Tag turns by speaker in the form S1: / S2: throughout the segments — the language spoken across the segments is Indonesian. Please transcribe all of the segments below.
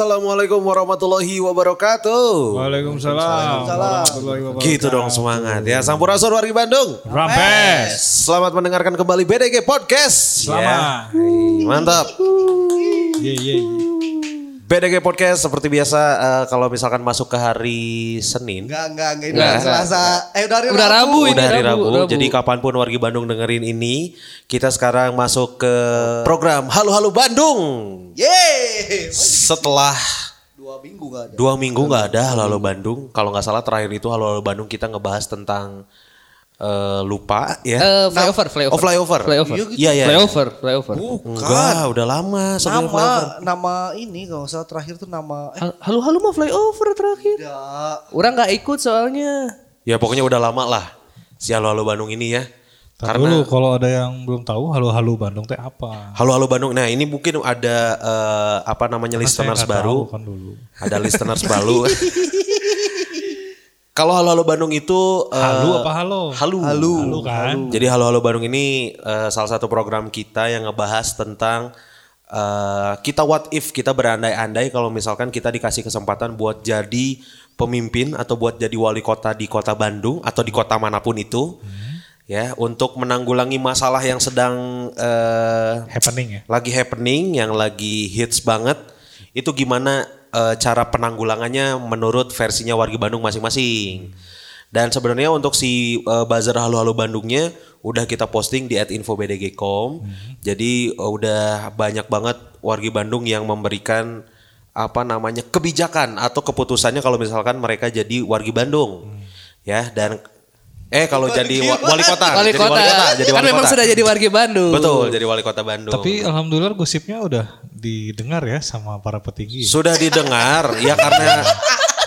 S1: Assalamualaikum warahmatullahi wabarakatuh.
S2: Waalaikumsalam. Warahmatullahi wabarakatuh.
S1: Gitu dong semangat ya. Sampurasun wargi Bandung.
S2: Rampes.
S1: Selamat mendengarkan kembali BDG Podcast.
S2: Selamat.
S1: Ya. Mantap.
S2: Ye ye. ye.
S1: BDG Podcast seperti biasa eh, kalau misalkan masuk ke hari Senin.
S3: Enggak, enggak, enggak. Ini udah Selasa. Eh, udah hari
S4: Udah Rabu ini.
S1: Udah hari Rabu, jadi kapanpun wargi Bandung dengerin ini, kita sekarang masuk ke program Halo Halo Bandung.
S3: Yeay.
S1: Setelah
S3: Dua minggu enggak ada.
S1: Dua minggu nggak ada Halo Halo Bandung. Kalau nggak salah terakhir itu Halo Halo Bandung kita ngebahas tentang eh, lupa ya.
S4: Eh, flyover,
S1: Oh,
S4: flyover.
S1: flyover.
S4: Flyover.
S1: Iya, Iya iya.
S4: Flyover, flyover.
S1: Enggak, udah lama sebelum
S3: Nama
S1: flyover.
S3: nama ini kalau nggak salah terakhir tuh nama eh
S4: Hal- Halo-halo mah flyover terakhir.
S3: enggak.
S4: Orang nggak ikut soalnya.
S1: Ya pokoknya udah lama lah si Halo Halo Bandung ini ya.
S2: Tar dulu kalau ada yang belum tahu halo-halo Bandung teh apa?
S1: Halo Halo Bandung. Nah, ini mungkin ada eh, apa namanya listeners
S2: Saya nggak tahu
S1: baru.
S2: kan dulu.
S1: Ada listeners baru. Kalau Halo Halo Bandung itu eh,
S2: Halu apa halo?
S1: Halu.
S2: Halu, kan.
S1: Jadi Halo Halo Bandung ini eh, salah satu program kita yang ngebahas tentang eh, kita what if kita berandai-andai kalau misalkan kita dikasih kesempatan buat jadi pemimpin atau buat jadi wali kota di kota Bandung atau di kota manapun itu
S2: Hmm.
S1: ya untuk menanggulangi masalah yang sedang eh,
S2: Happening ya.
S1: lagi happening yang lagi hits banget itu gimana eh, cara penanggulangannya menurut versinya warga Bandung masing-masing. Dan sebenarnya untuk si eh, buzzer halo-halo Bandungnya udah kita posting di @infobdg.com.
S4: Hmm.
S1: Jadi eh, udah banyak banget warga Bandung yang memberikan apa namanya kebijakan atau keputusannya kalau misalkan mereka jadi warga Bandung.
S4: Hmm.
S1: Ya, dan eh kalau jadi wa- wali kota, Ah,
S4: Wali
S1: jadi
S4: kota.
S1: jadi
S4: kan
S1: wali
S4: memang
S1: kota.
S4: sudah jadi warga Bandung.
S1: Betul, jadi wali kota Bandung.
S2: Tapi alhamdulillah gosipnya udah didengar ya sama para petinggi.
S1: Sudah didengar, ya karena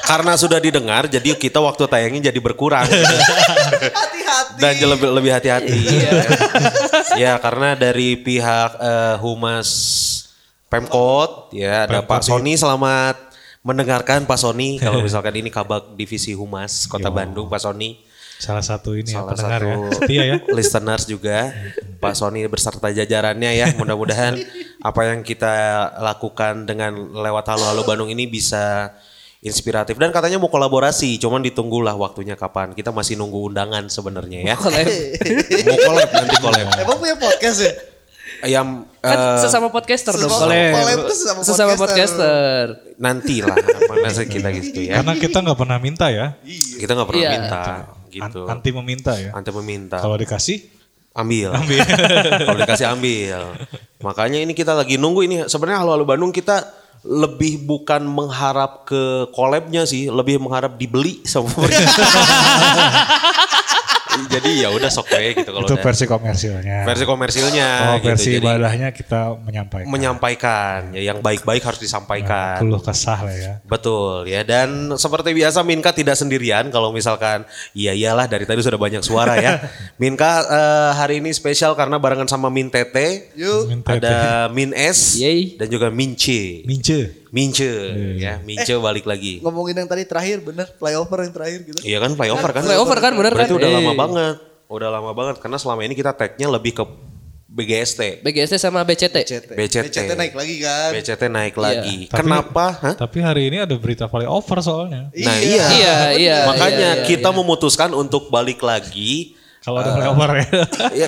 S1: karena sudah didengar, jadi kita waktu tayangnya jadi berkurang gitu.
S3: Hati-hati.
S1: dan jadi lebih lebih hati-hati. ya karena dari pihak eh, humas Pemkot, ya ada Pak Sony selamat mendengarkan Pak Sony kalau misalkan ini kabak divisi humas Kota Bandung Pak Sony
S2: Salah satu ini
S1: salah
S2: ya pendengar
S1: satu
S2: ya. Setia ya.
S1: listeners juga Pak Sony beserta jajarannya ya mudah-mudahan apa yang kita lakukan dengan lewat Halo Halo Bandung ini bisa inspiratif dan katanya mau kolaborasi cuman ditunggulah waktunya kapan kita masih nunggu undangan sebenarnya ya
S4: Collab.
S1: mau collab nanti collab
S2: Iya.
S3: Emang punya podcast ya?
S1: yang
S4: Kan
S1: eh,
S4: sesama podcaster dong.
S3: sesama-
S4: collab.
S3: collab tuh sesama
S4: Sesama
S3: podcaster.
S4: podcaster.
S1: nantilah apa nasib kita gitu ya
S2: Karena kita nggak pernah minta ya.
S1: kita nggak pernah
S4: Iya.
S1: minta gitu
S2: An- Anti meminta ya.
S1: anti meminta
S2: Kalau dikasih
S1: ambil. Kalau dikasih ambil. Makanya ini kita lagi nunggu ini sebenarnya Halo Halo Bandung kita lebih bukan mengharap ke collabnya sih, lebih mengharap dibeli sama pemerintah. Jadi ya udah sok wae gitu kalau
S2: itu
S1: udah.
S2: versi komersilnya.
S1: versi komersilnya
S2: Oh,
S1: gitu.
S2: versi
S1: Jadi
S2: ibadahnya kita menyampaikan. Nah,
S1: menyampaikan ya yang baik-baik harus disampaikan.
S2: Keluh kesah lah ya.
S1: Betul ya dan seperti biasa Minka tidak sendirian kalau misalkan iya iyalah dari tadi sudah banyak suara ya. Minka eh, hari ini spesial karena barengan sama Min Tete,
S3: Yuk.
S2: Minta
S1: ada Min S
S4: Yeay.
S1: dan juga Mince.
S2: Mince.
S1: Mince ya, Mince balik lagi.
S3: Ngomongin yang tadi terakhir bener flyover yang terakhir gitu.
S1: Iya kan flyover kan?
S4: Flyover kan bener
S1: Berarti
S4: kan?
S1: udah
S4: Eh.
S1: lama banget. Udah lama banget karena selama ini kita tagnya lebih ke BGST.
S4: BGST sama BCT.
S3: BCT.
S1: BCT.
S3: naik lagi kan.
S1: BCT naik
S4: Iya.
S1: lagi. Kenapa? Hah?
S2: Tapi hari ini ada berita flyover soalnya.
S1: Nah, iya.
S4: Iya, iya.
S1: Makanya
S4: iya, iya.
S1: kita memutuskan untuk balik lagi
S2: Kalau
S1: Ah.
S2: ada flyover ya.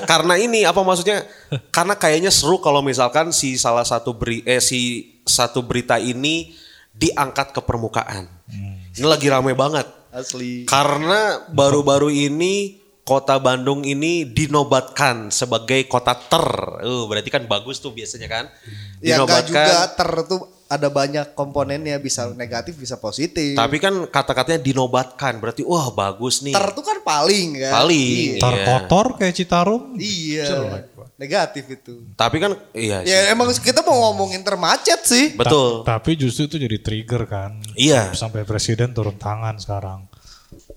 S1: ya karena ini apa maksudnya? Karena kayaknya seru kalau misalkan si salah satu beri, eh si satu berita ini diangkat ke permukaan. Ini lagi ramai banget.
S3: Asli.
S1: Karena baru-baru ini kota Bandung ini dinobatkan sebagai kota ter. Uh, berarti kan bagus tuh biasanya kan?
S3: Ya enggak juga ter tuh ada banyak komponennya bisa negatif bisa positif.
S1: Tapi kan kata-katanya dinobatkan. Berarti wah bagus nih.
S3: ter tuh kan paling kan.
S1: Paling.
S2: Tar
S1: iya.
S2: kotor kayak Citarum.
S3: Iya. Negatif itu.
S1: Tapi kan iya sih.
S3: Ya emang kita mau ngomongin termacet sih.
S2: Ta-
S1: Betul.
S2: tapi justru itu jadi trigger kan.
S1: Iya.
S2: Sampai presiden turun tangan sekarang.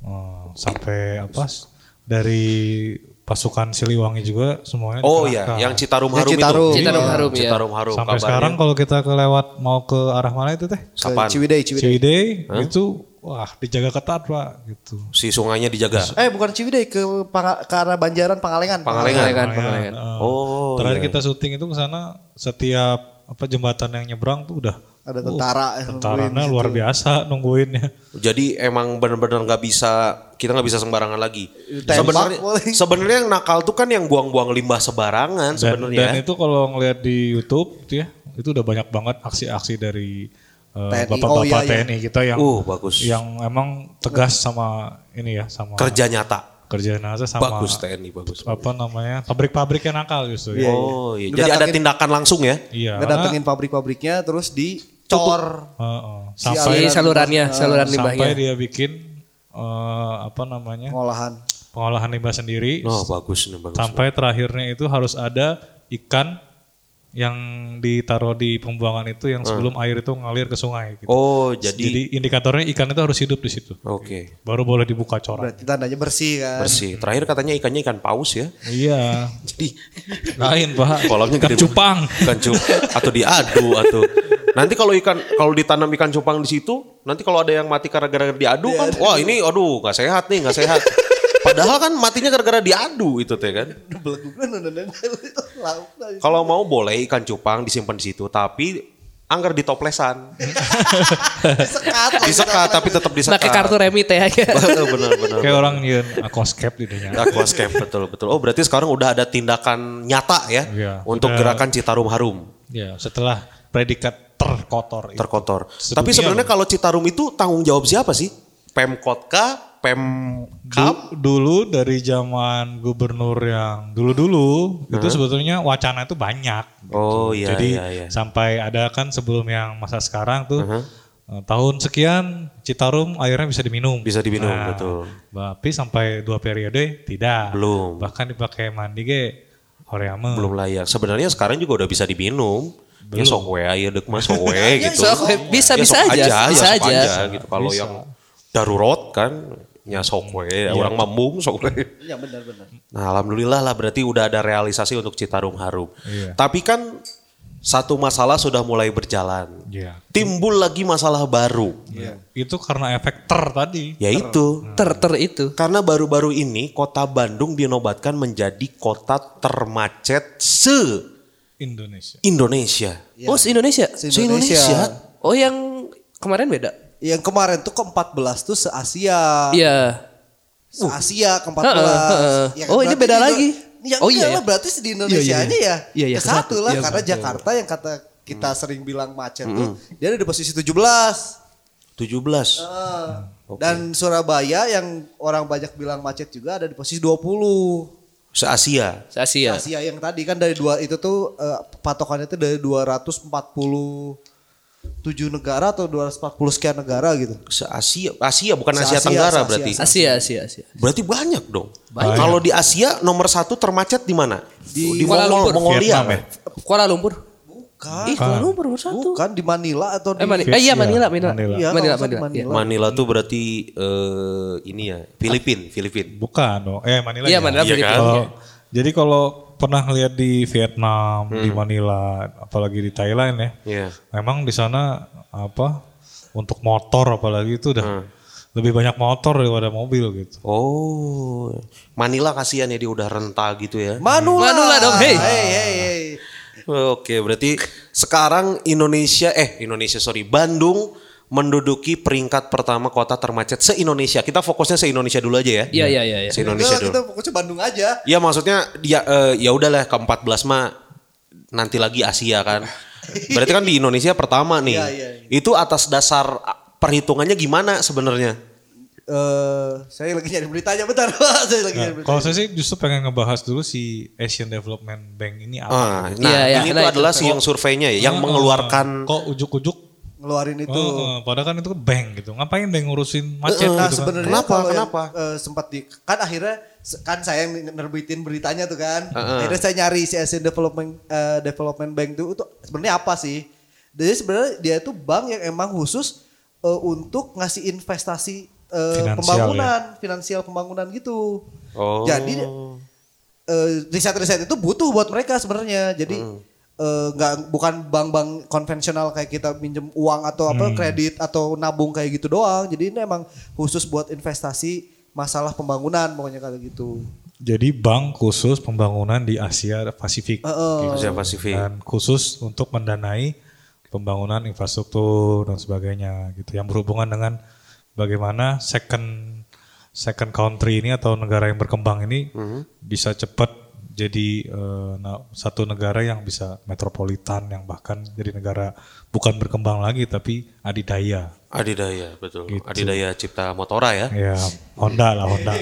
S2: Eh, sampai apa? s- Dari pasukan Siliwangi juga semuanya
S1: Oh iya,
S2: dikerahkan.
S1: yang Citarum
S3: Yang
S1: Harum
S3: Citarum.
S1: itu.
S4: Citarum Harum, iya.
S1: Citarum Harum.
S2: Sampai
S1: kabarnya.
S2: sekarang kalau kita kelewat mau ke arah mana itu teh?
S3: Ke
S1: Kapan?
S3: Ciwidey, Ciwidey.
S2: Ciwidey itu wah dijaga ketat Pak gitu.
S1: si sungainya dijaga.
S3: Eh bukan Ciwidey ke Panga- ke arah Banjaran Pangalengan.
S1: Pangalengan.
S4: Pengalengan, pengalengan.
S2: Eh,
S1: Oh, iya.
S2: Terakhir kita syuting itu ke sana setiap apa jembatan yang nyebrang tuh udah uh,
S3: ada tentara yang
S2: Tentaranya
S3: nungguin.
S2: luar biasa ya. nungguinnya.
S1: Jadi emang bener-bener nggak bisa kita nggak bisa sembarangan lagi.
S3: Tembak
S1: Sebenarnya
S3: paling.
S1: sebenarnya yang nakal tuh kan yang buang-buang limbah sembarangan
S2: Dan, dan
S1: sebenarnya.
S2: itu kalau ngelihat di YouTube gitu ya, itu udah banyak banget aksi-aksi dari eh,
S3: TNI.
S2: bapak-bapak
S3: Oh, iya, iya.
S2: TNI kita yang
S1: Uh, bagus.
S2: yang emang tegas sama ini ya, sama
S1: Kerja nyata.
S2: kerja NASA sama
S1: Bagus TNI bagus.
S2: apa namanya pabrik-pabrik yang nakal justru ya.
S1: Oh iya. Jadi ada
S3: Ngedatengin-
S1: tindakan langsung ya.
S2: Iya.
S3: ngedatengin pabrik-pabriknya terus dicor.
S2: karena- Heeh.
S3: Si
S2: sampai
S4: Si
S1: Ah,
S4: salurannya, saluran limbahnya.
S2: sampai dia bikin eh, apa namanya
S3: pengolahan.
S2: pengolahan limbah sendiri
S1: Oh bagus nih bagus.
S2: sampai terakhirnya itu harus ada ikan yang ditaruh di pembuangan itu yang sebelum air itu ngalir ke sungai. Gitu.
S1: Ah. Oh
S2: jadi,
S1: jadi
S2: indikatornya ikan itu harus hidup di situ,
S1: oke
S2: baru boleh dibuka corak.
S3: Berarti tandanya bersih kan.
S1: bersih. Terakhir katanya ikannya ikan paus ya.
S2: Iya,
S1: Jadi
S2: lain pak.
S1: kolamnya
S2: Ikan
S1: gede.
S2: cupang.
S1: Ikan cupang atau diadu atau nanti kalau ikan kalau ditanam ikan cupang di situ nanti kalau ada yang mati karena gara-gara diadu kan wah ini aduh nggak sehat nih nggak sehat padahal kan matinya gara-gara diadu itu teh kan
S3: Belegukan, nendang, lauk lah.
S1: kalau mau boleh ikan cupang disimpan di situ tapi angker ditoplesan
S3: Disekat. lagi.
S1: disekat tapi tetap disekat
S4: Pakai Nah, kartu remi teh aja.
S1: benar-benar
S2: Kayak orang nyen aquascape di
S1: Nah.
S2: dunia.
S1: Aquascape betul betul. Oh berarti sekarang udah ada tindakan nyata ya
S2: Iya.
S1: untuk
S2: Udah.
S1: gerakan Citarum Harum
S2: Ya, setelah predikat terkotor. itu.
S1: terkotor.
S2: Sedunia
S1: Tapi sebenarnya
S2: Iya. loh.
S1: kalau Citarum itu tanggung jawab siapa sih? Pemkot kah? Pem
S2: Du- dulu dari zaman gubernur yang dulu-dulu itu sebetulnya wacana itu banyak.
S1: Oh iya
S2: Jadi
S1: iya iya.
S2: sampai ada kan sebelum yang masa sekarang tuh
S1: Uh-huh.
S2: eh, tahun sekian Citarum airnya bisa diminum.
S1: Bisa diminum, betul.
S2: Tapi sampai dua periode tidak.
S1: Belum.
S2: Bahkan dipakai mandi ge horeame.
S1: Belum layak. Sebenarnya sekarang juga udah bisa diminum. Ya sok we aja dek mah sok we gitu.
S4: sok we.
S1: Ya,
S4: Bisa- bisa
S1: sok
S4: aja,
S1: ya, sok
S4: bisa aja.
S1: gitu. Kalau yang darurat kan ya sok we,
S2: Iya.
S1: orang mambung sok we.
S3: Ya benar-benar.
S1: Nah, alhamdulillah lah berarti udah ada realisasi untuk Citarum Harum.
S2: Iya.
S1: Tapi kan satu masalah sudah mulai berjalan.
S2: Iya.
S1: Timbul lagi masalah baru,
S2: Itu karena efek ter tadi.
S1: Ya. yaitu
S4: Ter ter itu.
S1: karena baru-baru ini kota Bandung dinobatkan menjadi kota termacet se
S2: Indonesia.
S1: Indonesia.
S4: Oh, se-Indonesia.
S3: Se-Indonesia.
S4: Oh, yang kemarin beda.
S3: Yang kemarin tuh ke-14 tuh
S1: Ah.
S3: se-Asia.
S4: Iya.
S3: Se-Asia ke-14.
S4: Heeh, heeh. Oh,
S3: kan, berarti
S4: ini
S3: di
S4: beda
S3: Indo-
S4: lagi.
S3: Ya,
S4: Oh,
S3: oh
S4: iya,
S3: iya.
S4: ya.
S3: Lah, berarti di Indonesianya
S4: iya.
S3: ya.
S4: Iya, iya,
S3: ke satu
S4: kesatu.
S3: lah
S4: Iya,
S3: karena
S4: betul. Hmm.
S3: Jakarta yang kata kita sering bilang macet tuh dia ada di posisi 17.
S1: 17.
S3: Heeh. Dan Surabaya yang orang banyak bilang macet juga ada di posisi 20.
S1: Se-Asia.
S4: Se-Asia.
S3: Asia yang tadi kan dari dua itu tuh eh, patokannya itu dari 247 negara atau 240 sekian negara gitu.
S1: Se-Asia, Asia bukan
S3: Se-Asia,
S1: Asia Tenggara
S3: se-Asia,
S1: berarti.
S3: se-Asia.
S4: Asia, Asia, Asia.
S1: Berarti banyak dong. Kalau di Asia nomor satu termacet di mana? Di,
S4: Kuala
S1: Mongol,
S4: Lumpur.
S1: Mongolia.
S2: Vietnam ya?
S4: Kuala Lumpur.
S3: Bukan.
S4: Ih, Kuala Lumpur nomor satu.
S3: Kan? Bukan di Manila atau di
S4: Eh, Mani- eh, iya Manila, Manila.
S2: Manila.
S3: Iya, kalau
S4: Manila, Manila.
S3: nggak salah
S4: Iya.
S1: Manila tuh berarti eh, ini ya, Filipin, Filipin.
S2: Bukan dong. Eh Manila. ya.
S4: Iya, Manila
S1: Iya
S4: Filipina.
S1: kan?
S2: Kalau- jadi kalau pernah lihat di Vietnam,
S1: Hmm.
S2: di Manila, apalagi di Thailand ya,
S1: Iya.
S2: memang di sana apa untuk motor apalagi itu
S1: Hmm.
S2: udah lebih banyak motor daripada mobil gitu.
S1: Oh, Manila kasihan ya dia udah renta gitu ya.
S3: Manula.
S4: Manula dong, hei.
S3: Hei, hei, hei.
S1: Oke, berarti sekarang Indonesia eh Indonesia sorry Bandung menduduki peringkat pertama kota termacet se Indonesia. Kita fokusnya se Indonesia dulu aja ya.
S4: Iya, iya, iya, iya.
S1: Se Indonesia
S3: Udah, kita
S1: dulu.
S3: fokus ke Bandung aja.
S1: Iya maksudnya dia eh, ya udahlah ke 14 mah nanti lagi Asia kan. Berarti kan di Indonesia pertama nih.
S3: Iya, iya,
S1: Itu atas dasar ah, perhitungannya gimana sebenarnya?
S3: Eh, saya lagi nyari beritanya bentar. saya lagi nyari
S2: Nah,
S3: berita.
S2: kalau saya sih justru pengen ngebahas dulu si Asian Development Bank ini apa. Ah,
S1: Ah, nah,
S4: Iya, iya,
S1: ini tuh
S4: nah, itu. Oh,
S1: adalah si yang surveinya ya, yang mengeluarkan
S2: kok ujuk-ujuk
S3: Ngeluarin itu.
S2: eh, eh, padahal kan itu bank gitu. Ngapain bank ngurusin
S1: Eh,
S2: macet gitu
S3: Nah,
S2: kan?
S3: sebenarnya
S1: Kenapa,
S3: kalau yang,
S1: kenapa?
S3: eh, sempat di kan akhirnya se- kan saya yang nerbitin beritanya tuh
S1: Eh,
S3: kan. Akhirnya saya nyari si Asian Development eh, Development Bank tuh itu sebenarnya apa sih? Jadi sebenarnya dia itu bank yang emang khusus eh, untuk ngasih investasi eh,
S2: Finansial ya.
S3: pembangunan, finansial pembangunan gitu.
S1: Oh.
S3: Jadi eh, riset-riset itu butuh buat mereka sebenarnya. Jadi eh, nggak bukan bank-bank konvensional kayak kita minjem uang atau apa kredit atau nabung kayak gitu doang. Jadi ini emang khusus buat investasi masalah pembangunan pokoknya kayak gitu.
S2: Jadi bank khusus
S3: Ah,
S2: pembangunan di Asia Pasifik.
S3: Oh.
S4: Eh.
S1: Asia Pasifik.
S2: dan khusus untuk mendanai pembangunan infrastruktur dan sebagainya gitu yang berhubungan dengan bagaimana second second country ini atau negara yang berkembang ini bisa cepat jadi eh, na- satu negara yang bisa metropolitan yang bahkan jadi negara bukan berkembang lagi tapi adidaya
S1: Adidaya, betul.
S4: Gitu.
S1: Adidaya Cipta Motora ya.
S2: ya Honda lah Honda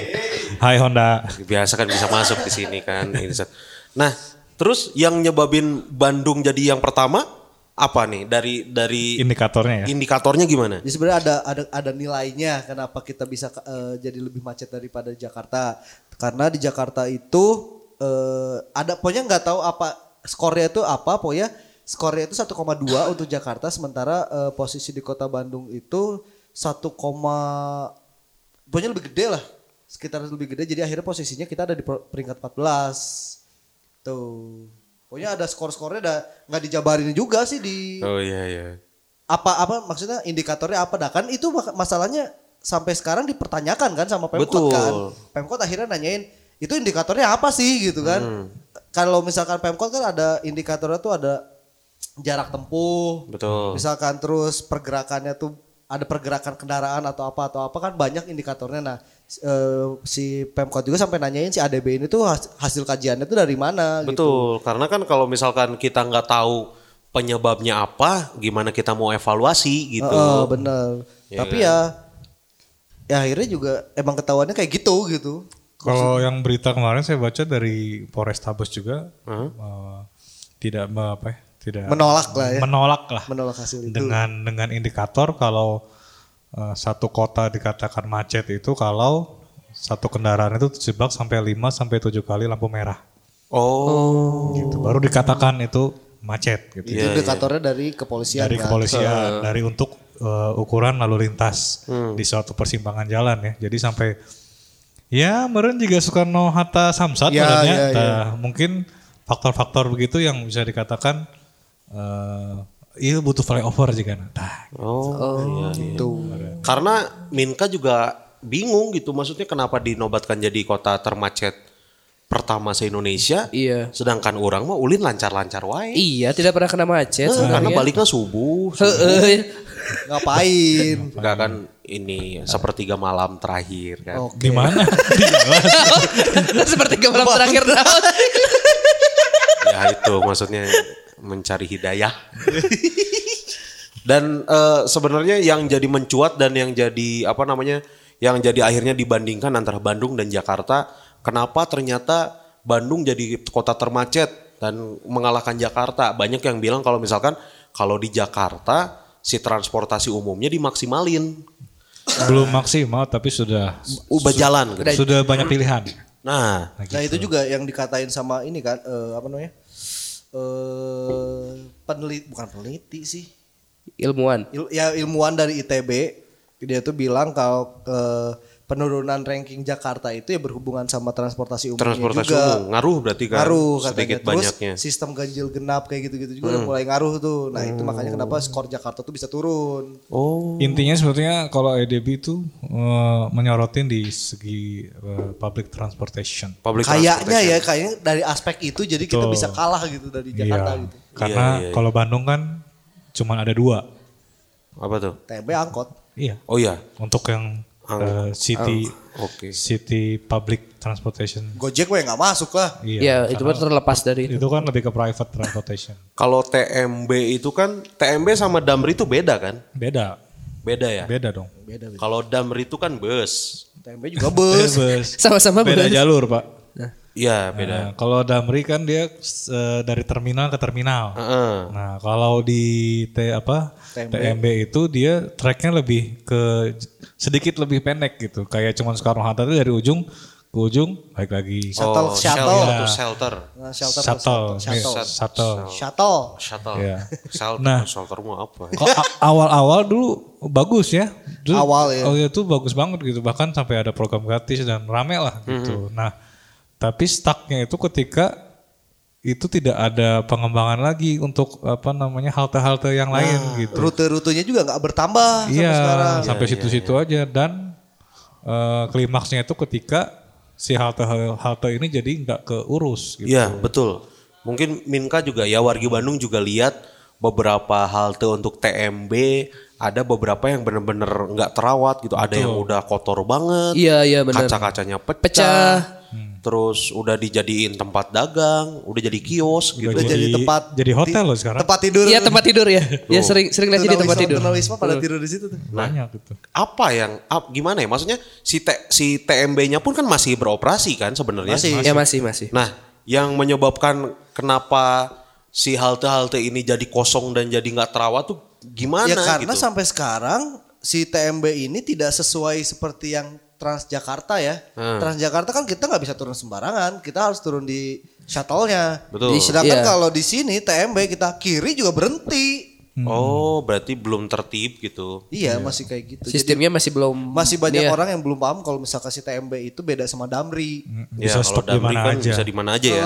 S2: Hai Honda
S1: Biasa kan bisa masuk di sini kan. Insert. Nah, terus yang nyebabin Bandung jadi yang pertama apa nih dari dari
S2: indikatornya ya
S1: indikatornya gimana?
S3: Jadi sebenarnya ada ada ada nilainya kenapa kita bisa eh, jadi lebih macet daripada Jakarta. Karena di Jakarta itu eh, ada pokoknya nggak tahu apa skornya itu apa pokoknya skornya itu 1,2 untuk Jakarta sementara eh, posisi di Kota Bandung itu 1, pokoknya lebih gede lah. Sekitar lebih gede jadi akhirnya posisinya kita ada di per- peringkat 14. Tuh. Pokoknya ada skor-skornya ada nggak dijabarin juga sih di
S1: Oh iya iya.
S3: apa apa maksudnya indikatornya apa dah kan itu mak- masalahnya sampai sekarang dipertanyakan kan sama Pemkot
S1: Betul.
S3: kan. Pemkot akhirnya nanyain itu indikatornya apa sih gitu kan.
S1: Hmm.
S3: Kalau misalkan Pemkot kan ada indikatornya tuh ada jarak tempuh.
S1: Betul.
S3: Misalkan terus pergerakannya tuh ada pergerakan kendaraan atau apa atau apa kan banyak indikatornya. Nah, s- eh, si Pemkot juga sampai nanyain si ADB ini tuh has- hasil kajiannya tuh dari mana gitu.
S1: Betul, karena kan kalau misalkan kita nggak tahu penyebabnya apa, gimana kita mau evaluasi gitu. Iya kan?
S3: Heeh, bener. Tapi ya, ya akhirnya juga emang ketahuannya kayak gitu gitu.
S2: Kalau yang berita kemarin saya baca dari Polrestabes juga eh, tidak me- apa ya, tidak
S3: Menolak lah ya.
S2: menolak lah
S3: Menolak hasil itu.
S2: dengan dengan indikator kalau eh, satu kota dikatakan macet itu kalau satu kendaraan itu terjebak sampai 5 sampai 7 kali lampu merah.
S1: Oh,
S2: Gitu. Baru dikatakan itu
S1: Iya,
S2: macet gitu.
S3: itu indikatornya dari kepolisian.
S2: Dari
S3: kan.
S2: kepolisian, dari untuk eh, ukuran lalu lintas
S3: Hmm.
S2: di suatu persimpangan jalan ya. Jadi sampai ya meren juga Soekarno Hatta Samsat
S3: Ya,
S2: merenya.
S3: ya, ya.
S2: Nah, mungkin faktor-faktor begitu yang bisa dikatakan eh iya butuh flyover juga. Nah,
S1: oh, iya, iya.
S3: Gitu.
S1: Karena Minka juga bingung gitu, maksudnya kenapa dinobatkan jadi kota termacet pertama se Indonesia?
S4: Iya.
S1: Sedangkan orang mah ulin lancar-lancar wae.
S4: Iya, tidak pernah kena
S1: Eh,
S4: macet
S1: karena
S4: sebenarnya.
S1: baliknya subuh,
S4: Heeh.
S3: Ngapain?
S1: nggak kan ini sepertiga malam terakhir kan.
S3: Oke.
S2: di mana?
S4: Oh, Seperti ke malam terakhir tahun.
S1: ya itu maksudnya mencari hidayah dan eh, sebenarnya yang jadi mencuat dan yang jadi apa namanya yang jadi akhirnya dibandingkan antara Bandung dan Jakarta kenapa ternyata Bandung jadi kota termacet dan mengalahkan Jakarta banyak yang bilang kalau misalkan kalau di Jakarta si transportasi umumnya dimaksimalin
S2: Belum maksimal tapi sudah
S1: ubah jalan gitu.
S2: sudah banyak pilihan.
S1: nah
S3: Nah itu juga yang dikatain sama ini kan eh, apa namanya? Eh peneliti bukan peneliti sih.
S4: Ilmuwan.
S3: Il- ya ilmuwan dari ITB dia tuh bilang kalau eh, penurunan ranking Jakarta itu ya berhubungan sama transportasi umum
S1: transportasi
S3: juga.
S1: umum ngaruh berarti kan
S3: ngaruh katanya
S1: sedikit
S3: terus
S1: banyaknya Hmm.
S3: sistem ganjil genap kayak gitu-gitu juga udah mulai ngaruh tuh nah
S2: Oh.
S3: itu makanya kenapa skor Jakarta tuh bisa turun
S1: oh
S2: Intinya sebetulnya kalau EDB itu eh, menyorotin di segi eh, public transportation.
S1: public
S3: kayaknya ya kayaknya dari aspek itu jadi kita bisa kalah gitu dari Jakarta
S2: Iya,
S3: gitu
S2: Karena
S1: Iya, iya,
S2: kalau Bandung kan cuman ada dua.
S1: transportation. apa tuh
S3: TB angkot
S2: Iya.
S1: oh iya
S2: Untuk yang eh, city
S1: Oke.
S2: city public transportation.
S3: Gojek gue nggak masuk lah
S2: Iya.
S4: Iya, itu mah terlepas dari itu.
S2: Itu kan lebih ke private transportation.
S1: Kalau TMB itu kan TMB sama Damri itu beda kan?
S2: Beda.
S1: Beda ya.
S2: Beda dong.
S3: beda beda
S1: Kalau Damri itu kan bus.
S3: TB juga bus
S2: Bebas.
S4: Sama-sama
S2: Beda
S4: bus.
S2: jalur, Pak.
S1: Iya, beda.
S2: Nah, kalau Damri kan dia eh, dari terminal ke terminal.
S1: Heeh.
S2: Nah, kalau di T apa TMB, itu dia tracknya lebih ke sedikit lebih pendek gitu. Kayak cuman Soekarno Hatta itu dari ujung ke ujung baik lagi
S3: shuttle
S1: Oh,
S3: shuttle
S1: shelter to shelter.
S3: Nah, shelter to
S2: shuttle, Iya,
S3: shuttle.
S2: shuttle.
S3: shuttle
S1: Shuttle.
S2: Iya.
S1: Shelter,
S2: Nah.
S1: shelter mau apa?
S2: Kok a- awal-awal dulu bagus ya. Dulu,
S3: Awal ya.
S2: Oh itu bagus banget gitu. Bahkan sampai ada program gratis dan rame lah
S3: Mhm.
S2: gitu. Nah, tapi stucknya itu ketika itu tidak ada pengembangan lagi untuk apa namanya halte-halte yang lain
S3: Nah,
S2: gitu.
S3: rute-rutenya juga nggak bertambah
S1: Ah,
S2: Iya,
S3: sampai sekarang
S2: sampai situ-situ
S1: iya.
S2: aja dan eh, klimaksnya itu ketika si halte halte ini jadi nggak keurus gitu.
S1: Iya, betul. Mungkin Minka juga ya wargi Bandung juga lihat beberapa halte untuk TMB, ada beberapa yang bener-bener nggak terawat gitu. Ada yang udah kotor banget.
S4: Iya, iya, benar.
S1: Kaca-kacanya pecah.
S4: Pecah.
S1: Terus udah dijadiin tempat dagang, udah jadi kios gitu.
S3: Udah jadi,
S2: jadi-
S3: tempat
S2: jadi hotel loh sekarang.
S3: Tempat tidur.
S4: Iya tempat tidur ya. Ya sering sering lihat jadi tempat
S3: Tunawisma-
S4: tidur.
S3: Tunawisma pada tidur di situ tuh.
S2: banyak gitu.
S1: apa yang ap- gimana ya maksudnya si T- si TMB-nya pun kan masih beroperasi kan sebenarnya
S4: Ya masih masih.
S1: Nah, yang menyebabkan kenapa si halte-halte ini jadi kosong dan jadi nggak terawat tuh gimana
S3: Ya karena
S1: gitu?
S3: sampai sekarang si TMB ini tidak sesuai seperti yang Transjakarta ya.
S1: Hmm.
S3: Transjakarta kan kita nggak bisa turun sembarangan, kita harus turun di shuttle-nya.
S1: Betul.
S3: Di- Sedangkan
S4: Iya.
S3: kalau di sini TMB kita kiri juga berhenti.
S1: Oh, berarti belum tertib gitu.
S3: Iya, masih kayak gitu. Jadi
S4: Sistemnya masih belum
S3: masih banyak
S4: Iya.
S3: orang yang belum paham kalau misalkan si TMB itu beda sama Damri.
S2: Bisa
S1: Iya, Ya, kalau
S2: stop di
S1: Damri
S2: mana
S1: kan
S2: aja.
S1: bisa di mana aja ya.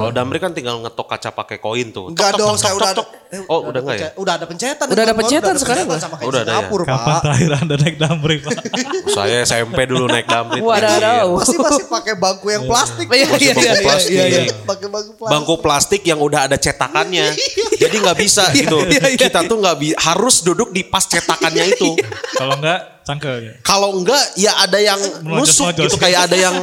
S1: Kalau Damri kan tinggal ngetok kaca pakai koin tuh.
S3: Enggak
S1: Tok, tok,
S3: Oh. dong,
S1: tok,
S3: saya
S1: tok,
S3: udah
S1: tok. Oh, udah enggak ya?
S3: pencet- Udah ada pencetan.
S4: Udah ada
S3: Baru
S4: pencetan sekarang
S3: pencetan
S4: lah.
S3: sama kayak
S1: Udah ada ya?
S3: Singapura,
S2: Kapan
S3: Pak.
S2: terakhir Anda naik damri, Pak?
S1: Saya SMP dulu naik Damri.
S4: Waduh.
S3: Pasti masih pakai bangku yang plastik.
S4: Iya,
S3: Masih
S4: iya,
S3: bangku
S4: iya,
S3: plastik.
S1: iya, iya.
S3: Pakai bangku plastik.
S1: Bangku plastik yang udah ada cetakannya.
S3: Iya.
S1: Jadi nggak bisa gitu.
S4: iya, iya.
S1: Kita tuh nggak bi- harus duduk di pas cetakannya itu.
S3: Iya.
S2: Kalau enggak, cangkel ya.
S1: Kalau enggak ya ada yang nusuk
S2: Melonjos-lonjos.
S1: gitu kayak ada yang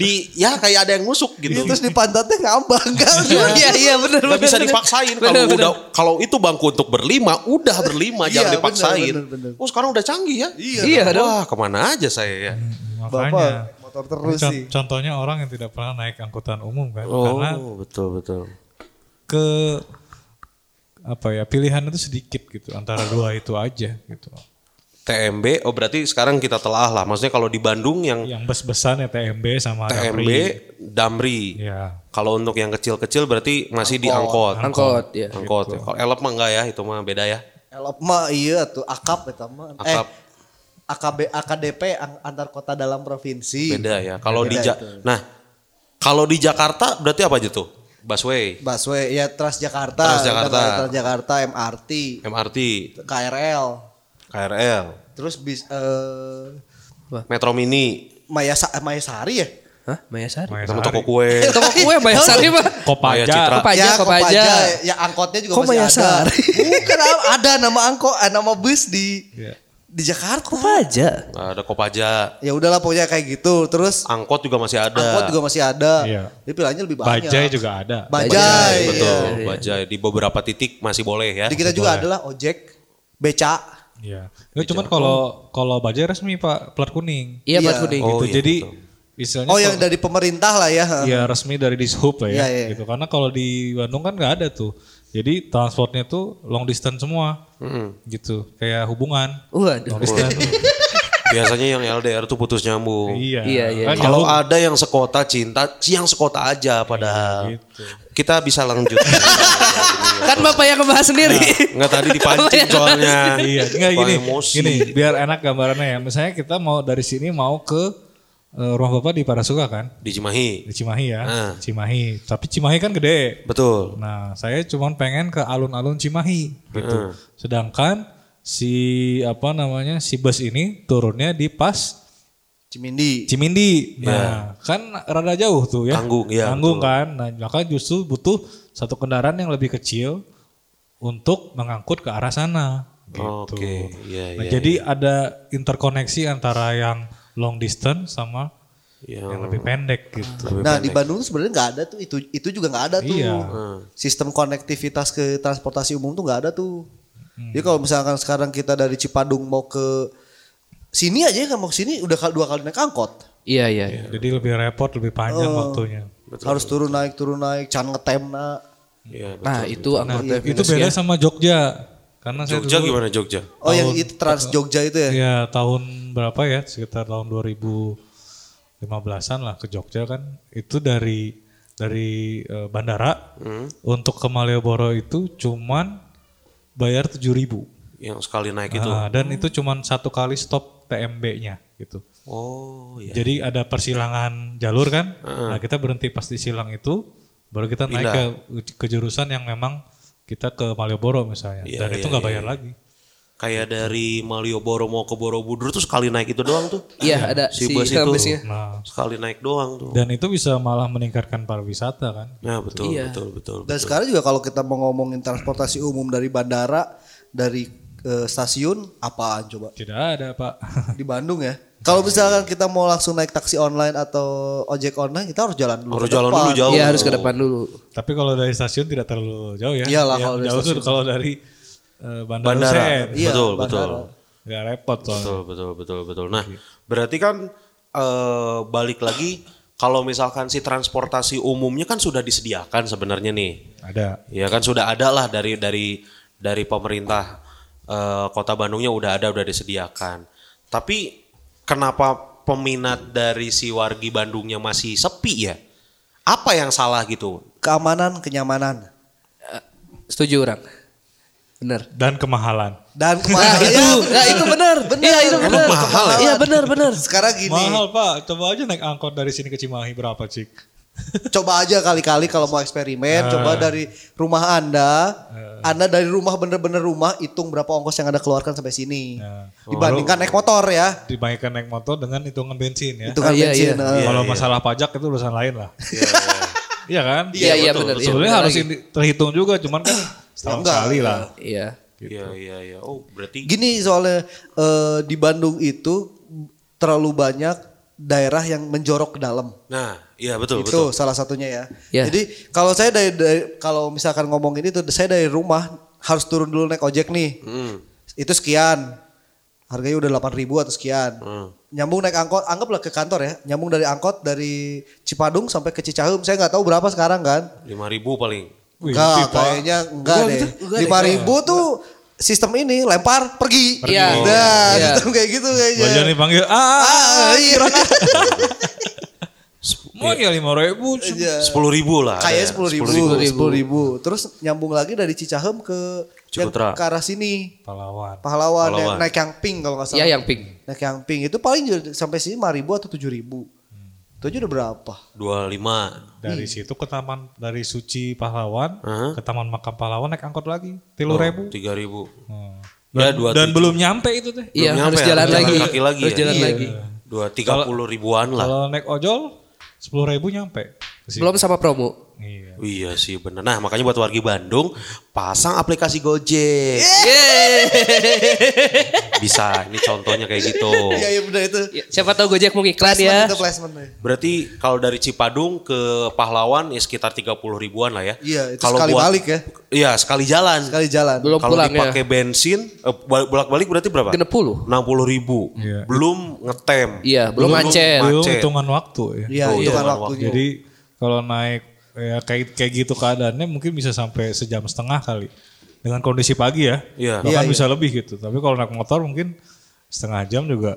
S1: di ya kayak ada yang nusuk gitu.
S3: Terus di pantatnya ngambang kan.
S4: Iya iya benar
S1: Nggak
S4: benar,
S1: bisa
S4: benar.
S1: dipaksain kalau
S4: Benar, benar.
S1: udah kalau itu bangku untuk berlima udah berlima
S3: Iya,
S1: jangan dipaksain.
S3: bener, bener, bener.
S1: Oh sekarang udah canggih ya?
S4: Iya, dong.
S1: Wah kemana aja saya ya?
S2: Hmm.
S3: Bapak
S2: Makanya.
S3: naik motor terus
S2: Con-
S3: sih.
S2: Contohnya orang yang tidak pernah naik angkutan umum kan, karena
S1: Oh betul betul.
S2: ke apa ya pilihan itu sedikit gitu antara dua itu aja gitu.
S1: TMB oh berarti sekarang kita telah lah. Maksudnya kalau di Bandung yang
S2: Yang bes-besan ya TMB sama
S1: TMB
S2: Damri.
S1: Damri.
S2: Ya.
S1: Kalau untuk yang kecil-kecil berarti masih di angkot.
S4: Angkot ya.
S1: Angkot. ya. Kalau elep mah enggak ya itu mah beda ya.
S3: Elop mah iya tuh akap eta mah. Eh,
S1: Akap.
S3: AKB AKDP ang- antar kota dalam provinsi.
S1: Beda ya. Kalau di
S3: Iya. Beda
S1: Ja- Nah, kalau di Jakarta berarti apa aja tuh? Busway,
S3: Busway ya Transjakarta,
S1: Transjakarta.
S3: udah mulai Transjakarta, MRT,
S1: MRT,
S3: KRL,
S1: KRL,
S3: terus bis eh,
S1: Metro Mini,
S3: Maya Sa- Maya Sari ya?
S4: Hah? Maya Sari.
S2: Maya
S1: sama
S2: Sari.
S1: toko kue,
S4: Toko kue Maya Sari mah.
S1: Maya Citra.
S2: Kopaja.
S4: Kopaja,
S3: ya,
S4: Kopaja.
S3: Ya angkotnya juga
S4: Kok
S3: masih
S4: Maya
S3: ada.
S4: Sari?
S3: Bukan ada nama angkot, eh, nama bus di
S2: Iya.
S3: di Jakarta.
S4: Kopaja.
S1: ada Kopaja,
S3: Ya udahlah pokoknya kayak gitu. Terus
S1: angkot juga masih ada.
S3: angkot juga masih ada.
S2: Iya.
S3: Jadi pilihannya lebih banyak.
S2: Bajai juga ada.
S3: Bajai.
S4: Bajai,
S1: betul,
S3: iya.
S1: Bajai di beberapa titik masih boleh ya.
S3: Di kita juga adalah ojek, beca.
S2: Iya. Ya, cuman kalau kalau Bajai resmi Pak plat kuning.
S4: Iya
S3: Iya.
S4: plat kuning.
S1: Oh,
S2: gitu.
S1: iya,
S2: Jadi
S1: betul.
S2: misalnya
S3: Oh yang dari pemerintah lah ya.
S2: ya resmi dari Dishub lah ya,
S3: Iya, iya.
S2: gitu. Karena kalau di Bandung kan nggak ada tuh. Jadi transportnya tuh long distance semua. Gitu. Kayak hubungan.
S4: Waduh.
S2: Long distance.
S1: Biasanya yang LDR tuh putus nyambung.
S2: iya.
S4: Iya, iya.
S2: Kan
S1: Kalau
S2: jauh.
S1: ada yang sekota cinta, yang sekota aja padahal.
S2: Iya, gitu.
S1: Kita bisa lanjut.
S4: Kan Bapak yang ngebahas sendiri.
S1: Enggak tadi dipancing soalnya.
S2: Iya, enggak gini.
S1: Emosi.
S2: Gini, biar enak gambarannya ya. Misalnya kita mau dari sini mau ke eh, rumah Bapak di Parasuka kan?
S1: Di Cimahi.
S2: Di Cimahi ya.
S1: Ah.
S2: Cimahi. Tapi Cimahi kan gede.
S1: Betul.
S2: Nah, saya cuman pengen ke alun-alun Cimahi gitu. Sedangkan si apa namanya si bus ini turunnya di pas
S3: Cimindi.
S2: Cimindi. Nah, kan rada jauh tuh ya.
S1: Iya. Tanggung, iya,
S2: Tanggung kan. Nah, maka justru butuh satu kendaraan yang lebih kecil untuk mengangkut ke arah sana. Gitu.
S1: Oke, iya,
S2: Nah,
S1: iya,
S2: jadi ada interkoneksi antara yang long distance sama
S1: Oh.
S2: yang lebih pendek gitu.
S3: Nah di Bandung tuh sebenarnya nggak ada tuh itu itu juga nggak ada tuh.
S2: Iya.
S3: Sistem konektivitas ke transportasi umum tuh nggak ada tuh.
S2: Hmm.
S3: Jadi kalau misalkan sekarang kita dari Cipadung mau ke sini aja kan mau ke sini udah kal- dua kali naik angkot.
S4: Iya iya. iya.
S2: Jadi lebih repot, lebih panjang waktunya.
S3: Harus turun naik turun naik, can ngetem na.
S1: Iya, betul.
S4: Nah itu angkot
S2: Itu beda sama Jogja. Karena saya
S1: Jogja
S2: dulu-
S1: gimana Jogja?
S3: Oh yang itu Trans Jogja itu ya?
S2: Ya tahun berapa ya? Sekitar tahun 2015-an lah ke Jogja kan. Itu dari dari eh, bandara untuk ke Malioboro itu cuman bayar 7000 ribu Nah,
S1: Yang sekali naik itu.
S2: dan itu cuman satu kali stop TMB-nya gitu.
S1: Oh, iya.
S2: Jadi ada persilangan jalur kan. Nah, kita berhenti pas di silang itu baru kita naik ke ke jurusan yang memang kita ke Malioboro misalnya. dan itu nggak bayar lagi.
S1: Kayak dari Malioboro mau ke Borobudur tuh sekali naik itu doang tuh.
S4: Iya, ada
S1: si,
S4: si ya.
S1: bus itu.
S4: busnya.
S2: Nah,
S1: Sekali naik doang tuh.
S2: Gitu. dan itu bisa malah meningkatkan pariwisata kan.
S1: Nah, betul,
S4: Iya.
S1: betul, betul,
S3: Dan
S1: betul.
S3: sekarang juga kalau kita mau ngomongin transportasi umum dari bandara, dari eh, stasiun, apaan coba?
S2: Tidak ada pak.
S3: Di Bandung ya. Kalau misalkan kita mau langsung naik taksi online atau ojek online, kita harus jalan dulu.
S1: Harus
S3: ke
S1: jalan
S3: depan.
S1: dulu jauh.
S4: Iya harus ke depan dulu.
S2: Tapi kalau dari stasiun tidak terlalu jauh ya.
S3: Iyalah,
S2: Ya,
S3: kalau dari
S2: jauh tuh kalau dari eh, bandara,
S1: Bandara.
S2: Hussein.
S3: Iya,
S1: betul,
S3: bandara.
S1: betul.
S3: Iya.
S2: Nggak repot soalnya.
S1: Betul, betul, betul, betul. Nah, berarti kan eh, balik lagi kalau misalkan si transportasi umumnya kan sudah disediakan sebenarnya nih.
S2: Ada.
S1: Ya kan sudah ada lah dari dari dari pemerintah eh, Kota Bandungnya udah ada udah disediakan. Tapi kenapa peminat dari si wargi Bandungnya masih sepi ya? Apa yang salah gitu?
S3: Keamanan, kenyamanan.
S4: Eh, Setuju orang. Bener.
S2: Dan kemahalan.
S3: Dan
S4: Nah
S3: kemarin
S4: itu, nah itu benar, iya itu benar.
S1: mahal ya?
S4: Iya benar benar.
S3: Sekarang gini,
S2: Mahal pak. Coba aja naik angkot dari sini ke Cimahi berapa cik?
S3: coba aja kali-kali kalau mau eksperimen,
S1: Nah.
S3: coba dari rumah Anda, Anda dari rumah bener-bener rumah, hitung berapa ongkos yang Anda keluarkan sampai sini.
S2: Nah,
S3: Dibandingkan naik motor ya,
S2: Dibandingkan naik motor dengan hitungan bensin ya.
S3: hitungan
S4: Ah, iya,
S3: bensin.
S4: iya.
S3: eh.
S2: kalau masalah pajak itu urusan lain lah. Iya kan?
S4: Iya, iya, betul, betul.
S2: Sebenarnya
S4: Iya,
S2: harus
S4: lagi.
S2: ini- terhitung juga, cuman kan setahun
S3: Enggak.
S2: sekali lah.
S4: Iya.
S1: Iya, iya, iya. Oh, berarti
S3: Gini soalnya eh, di Bandung itu terlalu banyak daerah yang menjorok ke dalam.
S1: Nah, iya betul,
S3: itu
S1: betul.
S4: Gitu.
S3: salah satunya ya.
S4: Ya.
S3: Jadi kalau saya dari, dari- kalau misalkan ngomongin itu saya dari rumah harus turun dulu naik ojek nih.
S1: Hmm,
S3: Itu sekian. Harganya udah 8.000 atau sekian.
S2: Hmm.
S3: Nyambung naik angkot, anggaplah ke kantor ya. Nyambung dari angkot dari Cipadung sampai ke Cicaheum. Saya nggak tahu berapa sekarang kan.
S1: 5.000 paling.
S2: Wih,
S3: Enggak,
S2: Pak.
S3: kayaknya enggak
S4: Enggak
S3: deh.
S4: gitu, enggak deh.
S3: 5.000 tuh sistem ini lempar pergi.
S4: Pergi. Iya.
S3: Nah,
S4: Iya.
S3: sistem kayak gitu kayaknya.
S2: Wajar dipanggil, ah,
S3: Ah, iya.
S2: mau ya lima ribu.
S3: Iya.
S1: 10.000 lah. ada
S3: Kayaknya
S1: ya.
S3: sepuluh ribu,
S4: 10.000.
S3: sepuluh ribu. Terus nyambung lagi dari Cicahem ke yang
S1: Ciputra.
S3: ke arah sini,
S2: Pahlawan.
S3: pahlawan,
S1: Pahlawan.
S3: Yang, naik yang pink kalau nggak salah.
S4: Iya yang pink.
S3: Naik yang pink itu paling juga sampai sini lima ribu atau tujuh ribu. Itu aja udah berapa?
S1: 25.
S2: Dari situ ke taman, dari suci pahlawan,
S1: Heeh.
S2: ke taman makam pahlawan naik angkot lagi,
S4: Iya,
S2: tilu ribu.
S1: 3.000.
S2: Hmm.
S1: Ya,
S2: Dan,
S1: Oh. dua
S2: dan belum nyampe itu teh.
S4: Iya
S1: nyampe
S4: harus
S1: ya,
S4: jalan
S1: jalan
S4: lagi.
S1: kaki lagi
S4: Harus
S1: ya.
S4: jalan
S1: Iya.
S4: lagi.
S1: Dua tiga puluh ribuan lah.
S2: Kalau naik ojol, sepuluh ribu nyampe. ke situ.
S4: Belum sama promo.
S2: Iya.
S1: Iya sih bener. Nah makanya buat wargi Bandung pasang aplikasi Gojek. Bisa. Ini contohnya kayak gitu.
S3: Iya iya benar itu.
S4: Ya, Siapa tahu Gojek mau iklan
S3: Placement
S4: ya.
S3: Itu placementnya.
S1: Berarti kalau dari Cipadung ke Pahlawan ya sekitar 30 ribuan lah ya.
S3: Iya, itu
S1: Kalau
S3: sekali balik ya.
S1: Iya sekali jalan.
S3: Sekali jalan.
S4: Belum
S1: Kalau
S4: pulang ya.
S1: dipakai bensin eh, bal- bolak-balik berarti berapa?
S4: Genep puluh.
S1: 60 ribu.
S2: Iya.
S1: Belum ngetem.
S4: Iya belum ancen.
S2: Belum
S1: Macet.
S2: hitungan waktu ya.
S3: Iya
S1: Oh,
S3: itu
S1: iya,
S3: kan
S1: bukan
S3: waktunya.
S2: Jadi kalau naik ya kayak kayak gitu keadaannya mungkin bisa sampai sejam setengah kali dengan kondisi pagi ya.
S1: Iya.
S2: Bahkan
S3: Iya, iya.
S2: bisa lebih gitu. Tapi kalau naik motor mungkin setengah jam juga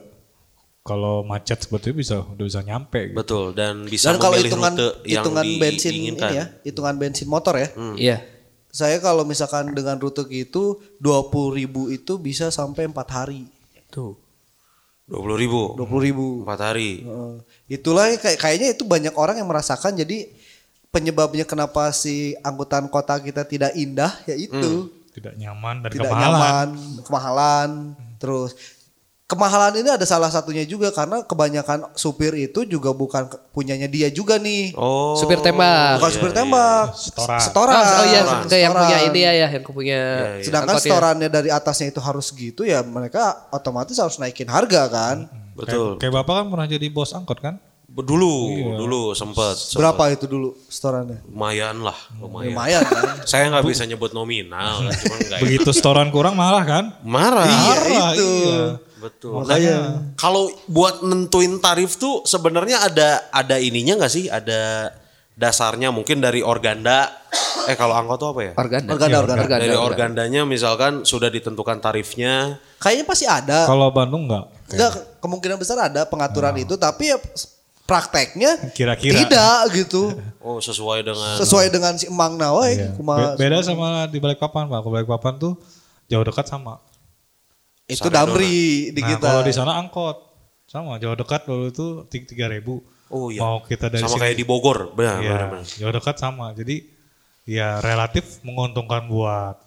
S2: kalau macet seperti itu bisa udah bisa nyampe gitu.
S1: Betul dan bisa
S3: Dan kalau
S1: memilih
S3: hitungan
S1: rute yang
S3: hitungan bensin ini
S1: diinginkan.
S3: ya, hitungan bensin motor ya.
S4: Iya.
S3: Saya kalau misalkan dengan rute gitu dua ribu itu bisa sampai empat hari.
S4: Tuh.
S1: 20 ribu.
S3: Dua puluh ribu.
S1: Empat hari.
S3: Heeh. Itulah yang kayak kayaknya itu banyak orang yang merasakan jadi penyebabnya kenapa si angkutan kota kita tidak indah
S1: Hmm.
S3: yaitu
S2: Tidak nyaman dan
S3: tidak
S2: kemahalan.
S3: nyaman, kemahalan, terus kemahalan ini ada salah satunya juga karena kebanyakan supir itu juga bukan ke- punyanya dia juga nih.
S1: Oh.
S4: Supir tembak.
S3: bukan supir tembak,
S2: Setoran.
S3: setoran.
S4: iya. Oh, oh iya ke yang punya
S3: Setoran.
S4: ini ya, ya yang punya.
S3: Sedangkan
S4: angkot ya.
S3: setorannya dari atasnya itu harus gitu ya mereka otomatis harus naikin harga kan.
S4: Hmm,
S1: Betul.
S2: Kayak, kayak Bapak kan pernah jadi bos angkot kan?
S1: Dulu, dulu sempet, sempet.
S3: Berapa itu dulu setorannya?
S1: Lumayan lah,
S4: Oh,
S1: lumayan.
S4: iya.
S3: Lumayan kan.
S1: Saya nggak bisa nyebut nominal, cuma nggak ya.
S2: Begitu setoran kurang malah kan?
S1: marah.
S2: Marah,
S3: itu.
S2: iya.
S1: Betul. Kalau buat nentuin tarif tuh sebenarnya ada ada ininya nggak sih? Ada dasarnya mungkin dari organda. Eh kalau angkot tuh apa ya?
S4: Organda. iya,
S3: Organda, organda.
S4: Organda,
S1: dari
S4: organda.
S1: organdanya misalkan sudah ditentukan tarifnya.
S3: Kayaknya pasti ada.
S2: Kalau Bandung enggak.
S3: Enggak, kemungkinan besar ada
S4: Nah.
S3: pengaturan itu, tapi ya prakteknya
S2: Kira-kira.
S3: tidak gitu.
S1: Oh sesuai dengan
S3: Sesuai dengan si Emang
S1: Eh,
S3: Nawai,
S2: Iya.
S3: kuma-
S2: Be- Beda sama di Balikpapan, Pak. Kalau Balikpapan tuh jauh dekat sama.
S3: itu Damri di
S2: nah,
S3: kita.
S2: kalau di sana angkot sama jauh dekat dulu itu tiga ribu.
S1: Oh iya.
S2: Mau kita dari
S1: sama
S2: sini,
S1: kayak di Bogor. Benar,
S2: ya,
S1: benar, benar.
S2: jauh dekat sama. Jadi ya relatif menguntungkan buat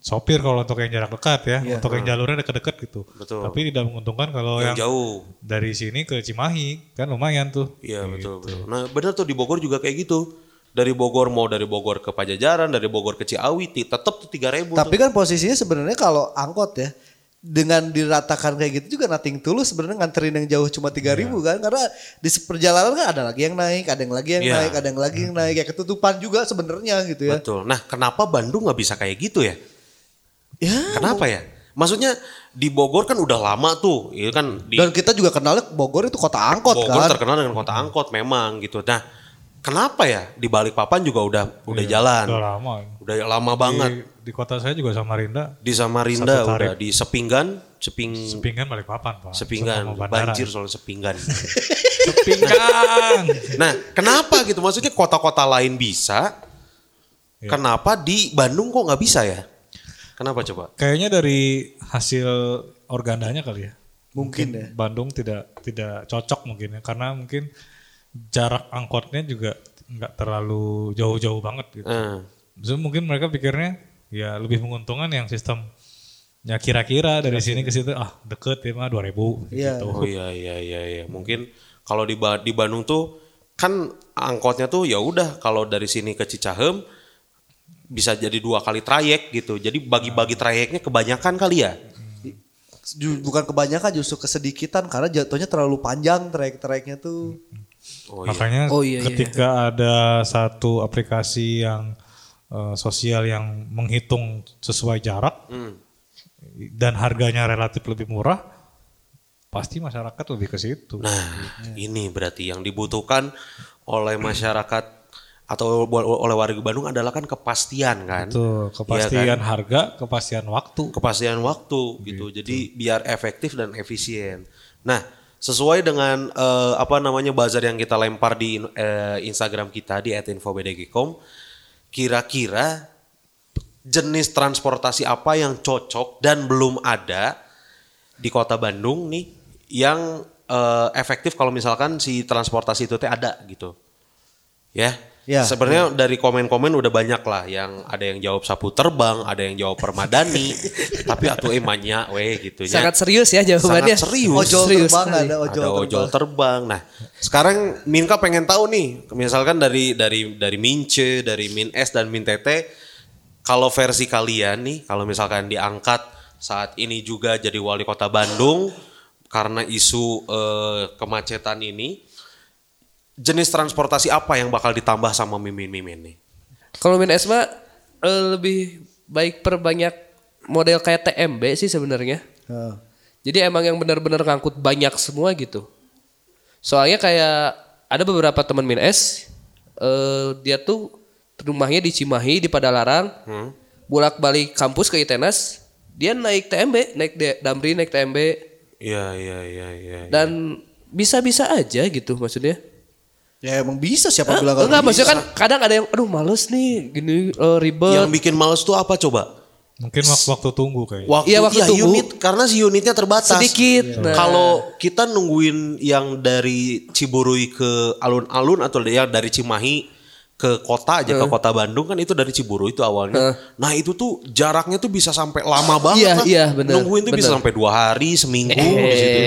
S2: sopir kalau untuk yang jarak dekat ya, untuk yang jalurnya dekat-dekat gitu.
S1: Iya. Betul.
S2: Tapi tidak menguntungkan kalau Oh, yang,
S1: yang jauh.
S2: dari sini ke Cimahi kan lumayan tuh.
S1: Iya betul betul. Nah benar tuh di Bogor juga kayak gitu. Dari Bogor mau dari Bogor ke Pajajaran, dari Bogor ke Ciawi, ti- tetep tuh tiga ribu.
S3: Tapi kan posisinya sebenarnya kalau angkot ya dengan diratakan kayak gitu juga nothing tulus sebenarnya nganterin yang jauh cuma 3000 kan karena di perjalanan kan ada lagi yang naik, ada yang lagi yang
S1: Iya.
S3: naik, ada yang lagi yang naik ya ketutupan juga sebenarnya gitu ya.
S1: Betul. Nah kenapa Bandung nggak bisa kayak gitu ya?
S3: Ya.
S1: Kenapa ya? Maksudnya di Bogor kan udah lama tuh, itu kan di
S3: Dan kita juga kenalnya Bogor itu kota angkot
S1: Bogor
S3: kan.
S1: terkenal dengan kota angkot memang gitu. Nah kenapa ya di Balikpapan juga udah udah jalan,
S2: Udah lama.
S1: udah lama banget.
S2: Di, di kota saya juga Samarinda,
S1: Di Samarinda
S2: Iya. Satu tarif.
S1: udah, di Sepinggan, Seping,
S2: Sepinggan Balikpapan, Pak.
S1: Sepinggan,
S2: Sama bandara.
S1: banjir soal Sepinggan.
S2: Sepinggan.
S1: Nah, kenapa gitu? Maksudnya kota-kota lain bisa, kenapa di Bandung kok nggak bisa ya? Iya. Kenapa coba?
S2: Kayaknya dari hasil organdanya kali ya.
S3: Mungkin ya.
S2: Bandung tidak tidak cocok mungkin ya karena mungkin jarak angkotnya juga nggak terlalu jauh-jauh banget gitu.
S1: Eh,
S2: So, mungkin mereka pikirnya ya lebih menguntungkan yang sistem ya kira-kira dari sini ke situ ah deket ya mah 2000
S3: Iya.
S2: gitu.
S1: oh iya iya iya iya. Mungkin kalau di Ba- di Bandung tuh kan angkotnya tuh ya udah kalau dari sini ke Cicahem bisa jadi dua kali trayek gitu. Jadi bagi-bagi trayeknya kebanyakan kali ya.
S3: Ju- Bukan kebanyakan justru kesedikitan karena jatuhnya terlalu panjang trayek-trayeknya tuh.
S1: Oh iya.
S2: Makanya
S4: Oh, iya, iya.
S2: ketika ada satu aplikasi yang eh, sosial yang menghitung sesuai jarak
S1: Hmm.
S2: dan harganya relatif lebih murah, pasti masyarakat lebih ke situ.
S1: Nah, ini berarti yang dibutuhkan oleh masyarakat atau bo- oleh warga Bandung adalah kan kepastian kan.
S2: Tuh,
S1: Iya
S2: kepastian
S1: kan?
S2: harga, kepastian waktu.
S1: kepastian waktu gitu. Jadi biar efektif dan efisien. Nah, sesuai dengan eh, apa namanya bazar yang kita lempar di eh, Instagram kita di @infobdg.com, kira-kira jenis transportasi apa yang cocok dan belum ada di Kota Bandung nih yang eh, efektif kalau misalkan si transportasi itu teh ada gitu. Ya.
S3: Ya.
S1: Sebenarnya dari komen-komen udah banyak lah yang ada yang jawab sapu terbang, ada yang jawab permadani, tapi atuh emanya weh gitu ya.
S4: Sangat serius ya jawabannya.
S1: Sangat serius.
S3: Ojol
S4: Serius
S3: terbang
S4: sekali.
S3: ada ojol
S1: ada
S3: terbang.
S1: ojol terbang. Nah, sekarang Minka pengen tahu nih, misalkan dari dari dari Mince, dari Min S dan Min Tete, kalau versi kalian nih, kalau misalkan diangkat saat ini juga jadi wali kota Bandung karena isu eh, kemacetan ini, jenis transportasi apa yang bakal ditambah sama Mimin-Mimin nih?
S4: Kalau main Esma eh, lebih baik perbanyak model kayak TMB sih sebenarnya.
S3: Heeh.
S4: Jadi emang yang benar-benar ngangkut banyak semua gitu. Soalnya kayak ada beberapa teman Min S, eh, dia tuh rumahnya di Cimahi di Padalarang,
S1: Hmm.
S4: bolak-balik kampus ke Itenas, dia naik TMB, naik D- Damri, naik TMB
S1: Iya, iya, iya, iya. iya.
S4: dan bisa-bisa aja gitu maksudnya.
S3: Ya emang bisa siapa bilang
S4: Enggak
S3: nggak
S4: maksudnya kan kadang ada yang aduh males nih gini eh, ribet.
S1: Yang bikin males tuh apa coba?
S2: Mungkin waktu, waktu tunggu kayaknya.
S1: Waktu,
S4: Iya, waktu
S1: iya,
S4: tunggu.
S1: unit karena si unitnya terbatas.
S4: Sedikit. Iya. Nah.
S1: Kalau kita nungguin yang dari Ciburuy ke alun-alun atau yang dari Cimahi ke kota aja ke kota Bandung kan itu dari Ciburuy itu awalnya. Nah, itu tuh jaraknya tuh bisa sampai lama banget.
S4: Iya,
S1: kan.
S4: iya, bener,
S1: Nungguin tuh bisa
S4: bener.
S1: sampai dua hari, seminggu di situ.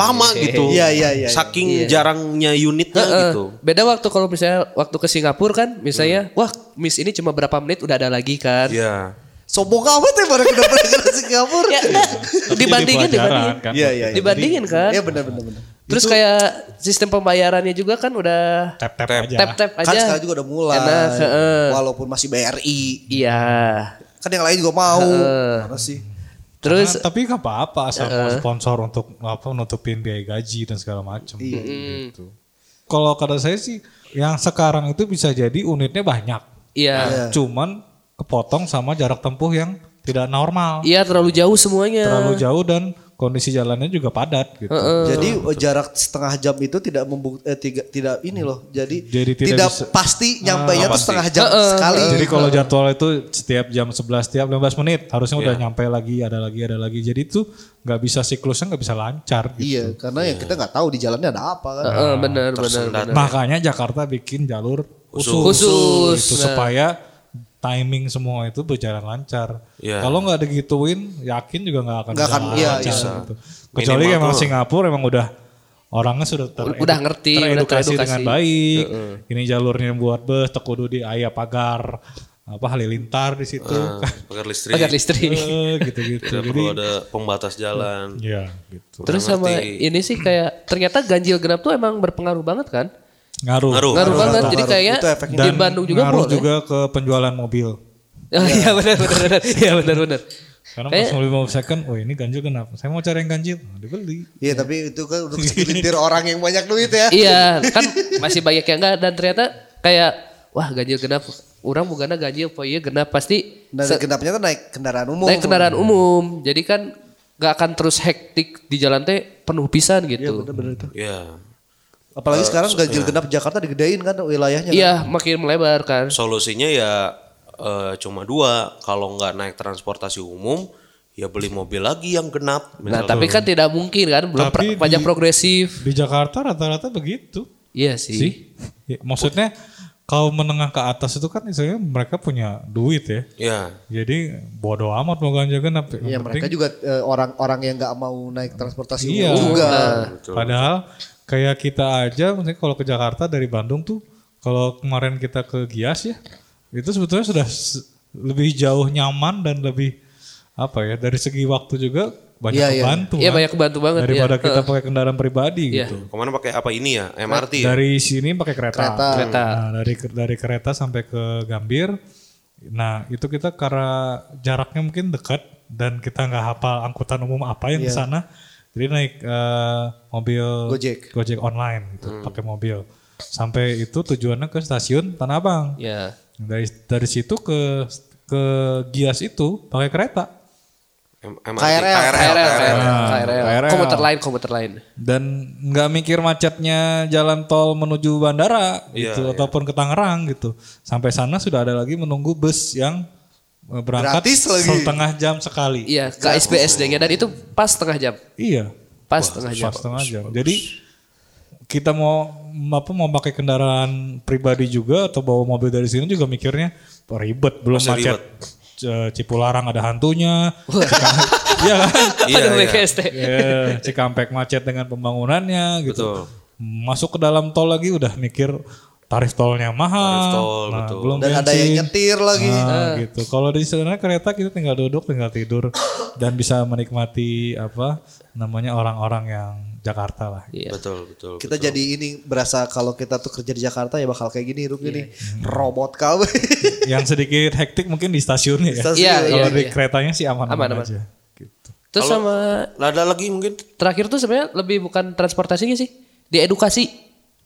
S1: Lama gitu.
S3: Iya, iya, iya, iya.
S1: Saking jarangnya unitnya
S4: Heeh.
S1: gitu.
S4: Beda waktu kalau misalnya waktu ke Singapura kan
S3: Iya.
S4: misalnya wah miss ini cuma berapa menit udah ada lagi kan.
S1: Iya.
S3: Sombong amat ya baru kita pelajaran Singapura.
S4: Ya, enggak.
S2: Tapi
S4: dibandingin
S2: jadi pelajaran,
S4: dibandingin.
S2: kan?
S3: Iya iya. iya.
S4: Dibandingin kan.
S3: Iya benar benar benar.
S4: Terus kayak sistem pembayarannya juga kan udah
S2: Tap-tap
S1: Tap.
S2: aja.
S4: tap-tap aja.
S3: Kan sekarang juga udah mulai.
S4: Enak, heeh.
S3: Walaupun masih BRI.
S4: Iya.
S3: Kan yang lain juga mau. Mana sih?
S4: Terus
S2: Karena- tapi nggak apa-apa asal mau sponsor untuk apa nutupin biaya gaji dan segala macam. Gitu. Kalau kata saya sih yang sekarang itu bisa jadi unitnya banyak.
S4: iya.
S2: Cuman kepotong sama jarak tempuh yang tidak normal.
S4: Iya terlalu jauh semuanya.
S2: Terlalu jauh dan kondisi jalannya juga padat gitu.
S3: Jadi eh, jarak setengah jam itu tidak membuk eh, tiga, tidak ini loh. Jadi,
S2: Jadi tidak
S3: tidak,
S2: bisa- Ah,
S3: pasti nyampe nya tuh setengah jam sekali.
S2: Jadi kalau jadwal itu setiap jam 11, setiap 15 menit harusnya udah nyampe lagi, ada lagi, ada lagi. Jadi itu nggak bisa siklusnya nggak bisa lancar. Gitu.
S3: Iya, karena yang kita nggak tahu di jalannya ada apa kan.
S4: Heeh, benar benar.
S1: Tersendat.
S2: Makanya Jakarta bikin jalur khusus,
S4: Khusus.
S2: Gitu, supaya timing semua itu berjalan lancar.
S1: Iya.
S2: Kalau nggak digituin, yakin juga nggak akan
S3: Nggak akan,
S2: berjalan
S3: iya,
S2: lancar
S3: iya.
S2: gitu. Kecuali
S1: Minimal
S2: emang
S1: tuh-
S2: Singapura emang udah orangnya sudah teredu-
S4: Udah ngerti, udah
S2: teredukasi
S4: teredukasi.
S2: dengan baik. Ini jalurnya buat bus, tekudu di ayah pagar apa halilintar di situ kan.
S1: Nah, pagar listrik.
S4: Pagar listrik.
S2: Eh, gitu-gitu.
S1: Tidak
S2: Jadi
S1: perlu ada pembatas jalan.
S2: ya gitu.
S4: Terus sama ini sih kayak ternyata ganjil genap tuh emang berpengaruh banget kan?
S2: Ngaruh.
S1: Ngaruh.
S4: Ngaruh banget. Jadi
S3: Ngaruh.
S4: kayak
S3: Itu efeknya.
S4: di Bandung juga
S2: ngaruh
S4: boleh.
S2: juga ke penjualan mobil.
S4: Oh, iya benar benar benar. Iya benar benar.
S2: Karena
S4: Kayak-
S2: pas mobil mau second, oh ini ganjil kenapa? Saya mau cari yang ganjil, Nah, dibeli.
S3: Iya tapi itu kan untuk segelintir orang yang banyak duit ya.
S4: Iya, kan masih banyak yang enggak dan ternyata kayak wah ganjil genap orang bukan ganjil poe ieu genap pasti
S3: Dan
S4: se-
S3: genapnya tuh naik kendaraan umum.
S4: naik kendaraan umum. Jadi kan nggak akan terus hektik di jalan teh penuh pisan
S3: Iya,
S4: gitu.
S1: Ya.
S3: Apalagi sekarang
S2: Iya.
S3: ganjil genap Jakarta digedein kan wilayahnya. kan.
S4: Iya, makin melebar kan.
S1: Solusinya ya eh, cuma dua. Kalau nggak naik transportasi umum, ya beli mobil lagi yang genap.
S4: Nah,
S1: Misalkan.
S4: tapi kan tidak mungkin kan belum
S2: Tapi
S4: pra- pajak
S2: di-
S4: progresif.
S2: Di Jakarta rata-rata begitu
S4: Iya sih.
S2: sih. Ya, maksudnya kaum menengah ke atas itu kan misalnya mereka punya duit ya.
S1: Ya.
S2: Jadi bodoh amat mau ganjil genap. Yang
S3: Ya mereka
S2: penting-
S3: juga eh, orang-orang yang nggak mau naik transportasi
S2: Iya.
S3: umum juga.
S4: Eh,
S2: Padahal kayak kita aja, maksudnya kalau ke Jakarta dari Bandung tuh, kalau kemarin kita ke Gias ya, itu sebetulnya sudah se- lebih jauh nyaman dan lebih apa ya dari segi waktu juga banyak
S3: Iya, iya.
S2: kebantu.
S4: Iya,
S2: kan.
S4: banyak kebantu banget,
S2: Daripada
S4: iya.
S2: kita pakai kendaraan pribadi
S4: Iya.
S2: gitu.
S1: Kemana pakai apa ini ya? MRT ya?
S2: Dari sini pakai kereta.
S3: Kereta.
S4: Kereta.
S2: Nah, dari dari kereta sampai ke Gambir. Nah, itu kita karena jaraknya mungkin dekat dan kita nggak hafal angkutan umum apa yang di sana. Jadi naik eh, mobil
S3: Gojek.
S2: online gitu, pakai mobil. Sampai itu tujuannya ke stasiun Tanah Abang.
S4: Ya.
S2: Dari dari situ ke ke Gias itu pakai kereta.
S1: M- MRT.
S3: KRL.
S4: KRL, KRL,
S2: Nah,
S4: KRL.
S2: KRL.
S4: Komuter lain, komuter lain.
S2: dan nggak mikir macetnya jalan tol menuju bandara gitu ataupun ke Tangerang gitu. Sampai sana sudah ada lagi menunggu bus yang eh, berangkat
S3: Gratis lagi.
S2: setengah jam sekali.
S4: Iya, ke SPSD-nya dan itu pas setengah jam.
S2: Iya,
S4: Pas setengah jam.
S2: pas setengah jam. Jadi kita mau apa mau pakai kendaraan pribadi juga atau bawa mobil dari sini juga mikirnya "Wah, ribet belum
S1: Masih
S2: macet
S1: ribet.
S2: C- Cipularang ada hantunya. Iya kan?
S1: Iya,
S4: Aduh,
S1: iya.
S4: BKST.
S2: Ya, Cikampek macet dengan pembangunannya
S1: Betul.
S2: gitu. Masuk ke dalam tol lagi udah mikir tarif tolnya mahal.
S1: Tarif tol,
S2: Nah,
S1: betul.
S2: Belum
S3: Dan eh. ada yang
S2: bensin.
S3: nyetir lagi.
S2: Nah, gitu. Kalau di sana kereta kita tinggal duduk, tinggal tidur dan bisa menikmati apa namanya orang-orang yang Jakarta lah.
S4: Iya.
S1: Betul, betul.
S3: Kita jadi ini berasa kalau kita tuh kerja di Jakarta ya bakal kayak gini hidupnya nih. Robot kau.
S2: yang sedikit hektik mungkin di stasiunnya ya.
S3: Stasiun.
S4: Iya, iya.
S2: Kalau di
S4: iya.
S2: keretanya sih aman-aman
S4: Aman-aman.
S2: aja. Gitu.
S4: Terus sama
S1: Nah, ada lagi mungkin
S4: terakhir tuh sebenarnya lebih bukan transportasinya sih, di edukasi.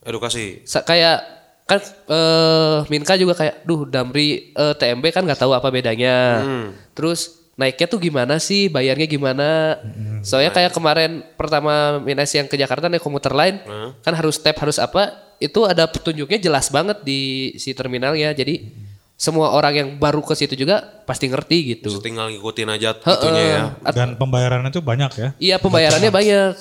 S1: edukasi.
S4: Sa- kayak kan eh Minka juga kayak, duh Damri eh, TMB kan nggak tahu apa bedanya. Terus naiknya tuh gimana sih, bayarnya gimana? Soalnya kayak kemarin pertama Minas yang ke Jakarta naik komuter lain, kan harus tap harus apa? Itu ada petunjuknya jelas banget di si terminalnya. Jadi semua orang yang baru ke situ juga pasti ngerti gitu.
S1: Terus Tinggal ngikutin aja tentunya ya.
S2: Dan pembayarannya tuh banyak ya.
S4: Iya pembayarannya banyak.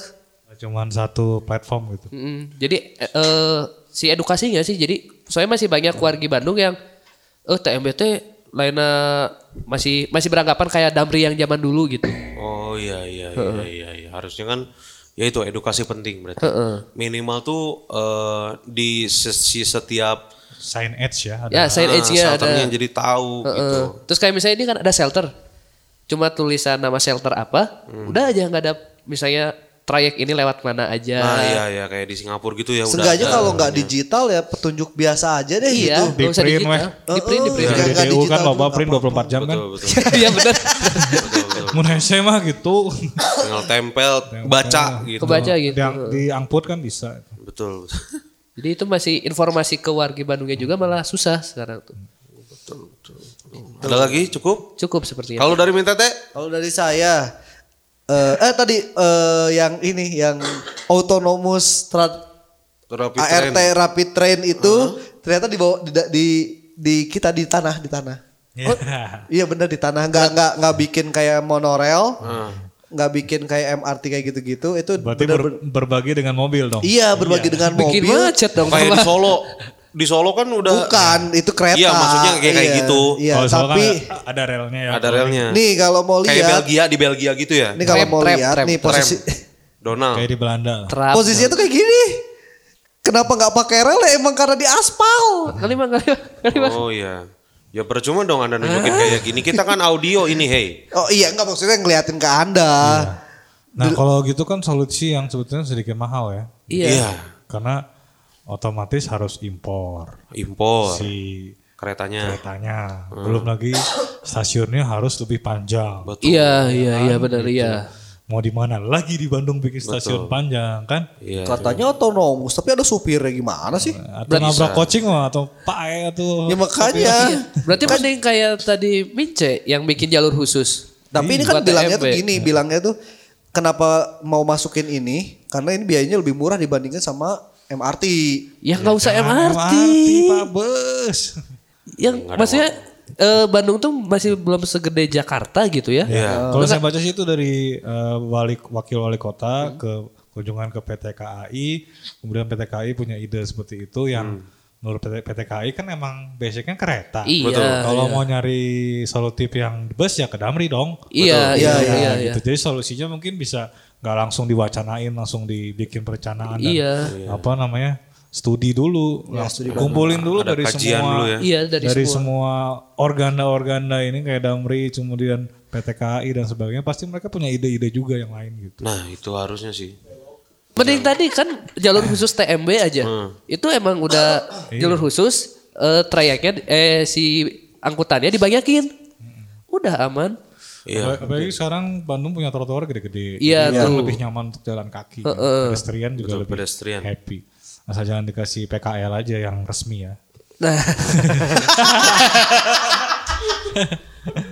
S2: Nggak Cuman satu platform gitu.
S4: Mm, jadi eh, eh, si edukasinya sih jadi soalnya masih banyak wargi Bandung yang eh TMBT lainnya masih masih beranggapan kayak Damri yang zaman dulu gitu.
S1: Oh iya iya iya iya, iya. harusnya kan ya itu edukasi penting berarti. Minimal tuh eh, di sesi setiap
S2: Sign edge ya. ada.
S4: Ya, side edge-nya ada.
S1: shelternya jadi tahu
S4: Eh, eh.
S1: gitu.
S4: Terus kayak misalnya ini kan ada shelter. Cuma tulisan nama shelter apa,
S1: Hmm.
S4: udah aja nggak ada misalnya trayek ini lewat mana aja.
S1: Nah, iya iya kayak di Singapura gitu ya udah.
S3: Seenggaknya
S1: ada.
S3: kalau nggak digital ya petunjuk biasa aja deh
S4: Iya,
S3: gitu.
S4: nggak usah
S2: Di print,
S4: digital.
S2: weh.
S4: Di
S1: Oh,
S4: print, di print.
S1: iya.
S3: Nggak- nggak
S2: DPU kan
S3: digital
S2: loba
S3: tuh,
S2: print 24 jam kan.
S1: Betul, betul.
S4: Iya benar.
S2: Mun hese mah gitu.
S1: Tinggal tempel, baca gitu.
S4: Kebaca gitu.
S2: Di, di angkut kan bisa.
S1: Betul. betul.
S4: Jadi itu masih informasi ke wargi Bandungnya juga malah susah sekarang tuh.
S1: Ada lagi cukup?
S4: Cukup seperti itu.
S1: Kalau dari Minta Teh
S3: Kalau dari saya eh, eh tadi eh, yang ini yang autonomous tra-
S1: terapi
S3: ART
S1: tren.
S3: rapid train itu ternyata dibawa di, di di kita di tanah di tanah.
S2: Iya.
S3: Iya bener di tanah nggak nggak nggak bikin kayak monorel, nggak bikin kayak MRT kayak gitu-gitu itu
S2: Berarti
S3: bener-
S2: ber- berbagi dengan mobil dong.
S3: iya berbagi dengan
S4: Bikin
S3: mobil.
S4: macet dong.
S1: Kayak di
S4: Pak.
S1: Solo. di Solo kan udah
S3: Bukan, itu kereta.
S1: Iya, maksudnya kayak- kayak
S3: Iya,
S1: gitu.
S3: Iya,
S2: Kalau di Solo kan
S3: tapi
S2: ada- ada relnya ya.
S1: ada relnya.
S3: nih kalau mau
S1: Kayak
S3: lihat,
S1: Belgia di Belgia gitu ya.
S3: nih kalau
S4: Tram,
S3: mau
S4: tram,
S3: lihat
S4: tram,
S3: nih
S1: Tram.
S3: posisi
S1: Donald.
S2: Kayak di Belanda. lah.
S4: Terap.
S3: posisinya tuh kayak gini. Kenapa nggak pakai rel? Ya emang karena di aspal.
S4: Kali mah kali mah, kali mah.
S1: Oh iya. Ya percuma dong Anda nunjukin kayak gini. Kita kan audio ini, hey.
S3: Oh iya, nggak maksudnya ngeliatin ke anda.
S2: Nah kalau gitu kan solusi yang sebetulnya sedikit mahal ya.
S4: Iya.
S2: Karena otomatis harus impor
S1: Impor
S2: si
S1: keretanya.
S2: keretanya. Belum lagi stasiunnya harus lebih panjang.
S1: Betul.
S4: Iya, iya, iya benar iya.
S2: Mau di mana? Lagi di Bandung bikin stasiun panjang kan?
S1: Iya.
S3: Katanya otonomus, tapi ada supirnya gimana sih?
S2: Atau nabrak coaching mah atau pae atau
S3: Ya makanya.
S4: Iya.
S2: iya.
S4: Berarti mending kayak tadi Mince yang bikin jalur khusus.
S3: Tapi ini kan
S4: Buat
S3: bilangnya tuh
S4: TMB.
S3: gini, bilangnya tuh kenapa mau masukin ini? Karena ini biayanya lebih murah dibandingkan sama MRT.
S4: Ya nggak usah MRT.
S2: Pak Bes.
S4: Yang maksudnya eh, Bandung tuh masih belum segede Jakarta gitu ya.
S2: Ya, kalau saya baca sih itu dari eh, wali, wakil wali kota ke kunjungan ke PT KAI, kemudian PT KAI punya ide seperti itu yang menurut PT, PT KAI kan emang basicnya kereta.
S4: Iya.
S2: Kalau mau nyari solutif yang di bus ya ke Damri dong.
S4: Iya, iya,
S2: Ya,
S4: iya, iya.
S2: gitu. Jadi solusinya mungkin bisa nggak langsung diwacanain, langsung dibikin perencanaan dan
S4: Iya.
S2: apa namanya studi dulu, langsung kumpulin
S1: Iya,
S2: dulu
S1: Ada
S2: dari
S1: kajian
S2: semua,
S1: dulu ya.
S4: Iya, dari
S2: semua organda-organda ini kayak Damri, kemudian PT KAI dan sebagainya, pasti mereka punya ide-ide juga yang lain gitu.
S1: Nah, itu harusnya sih.
S4: Mending tadi kan jalur khusus TMB aja. Itu emang udah jalur khusus eh trayeknya eh si angkutannya dibanyakin. Udah aman.
S1: Iya.
S2: Apa- Apalagi sekarang Bandung punya trotoar gede-gede,
S4: Iya,
S2: Jadi orang
S4: tuh.
S2: lebih nyaman untuk jalan kaki, pedestrian juga lebih
S1: pedestrian.
S2: happy. Asal jangan dikasih PKL aja yang resmi ya.
S4: Nah,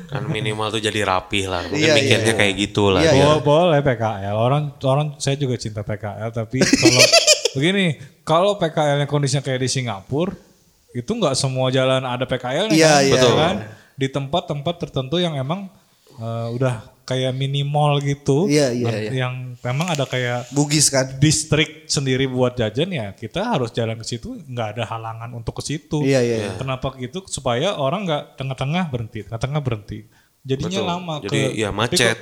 S1: Kan minimal tuh jadi rapih lah. Mungkin
S3: Iya,
S1: mikirnya kayak gitu lah.
S3: Iya,
S1: ya.
S2: Bo- Boleh PKL. Orang orang saya juga cinta PKL tapi kalau begini, kalau PKL-nya kondisinya kayak di Singapura, itu nggak semua jalan ada PKL-nya
S3: Iya,
S2: kan,
S3: iya.
S2: Betul kan? Di tempat-tempat tertentu yang emang eh, udah kayak mini mall gitu.
S3: Iya, iya,
S2: Yang- Yang memang ada kayak
S3: Bugis kan?
S2: distrik sendiri buat jajan ya kita harus jalan ke situ nggak ada halangan untuk ke situ
S3: Iya, iya, iya.
S2: kenapa gitu supaya orang nggak tengah-tengah berhenti tengah-tengah berhenti jadinya
S1: Betul.
S2: lama
S1: Jadi,
S2: ke
S1: ya,
S2: tapi
S1: macet.
S2: kok-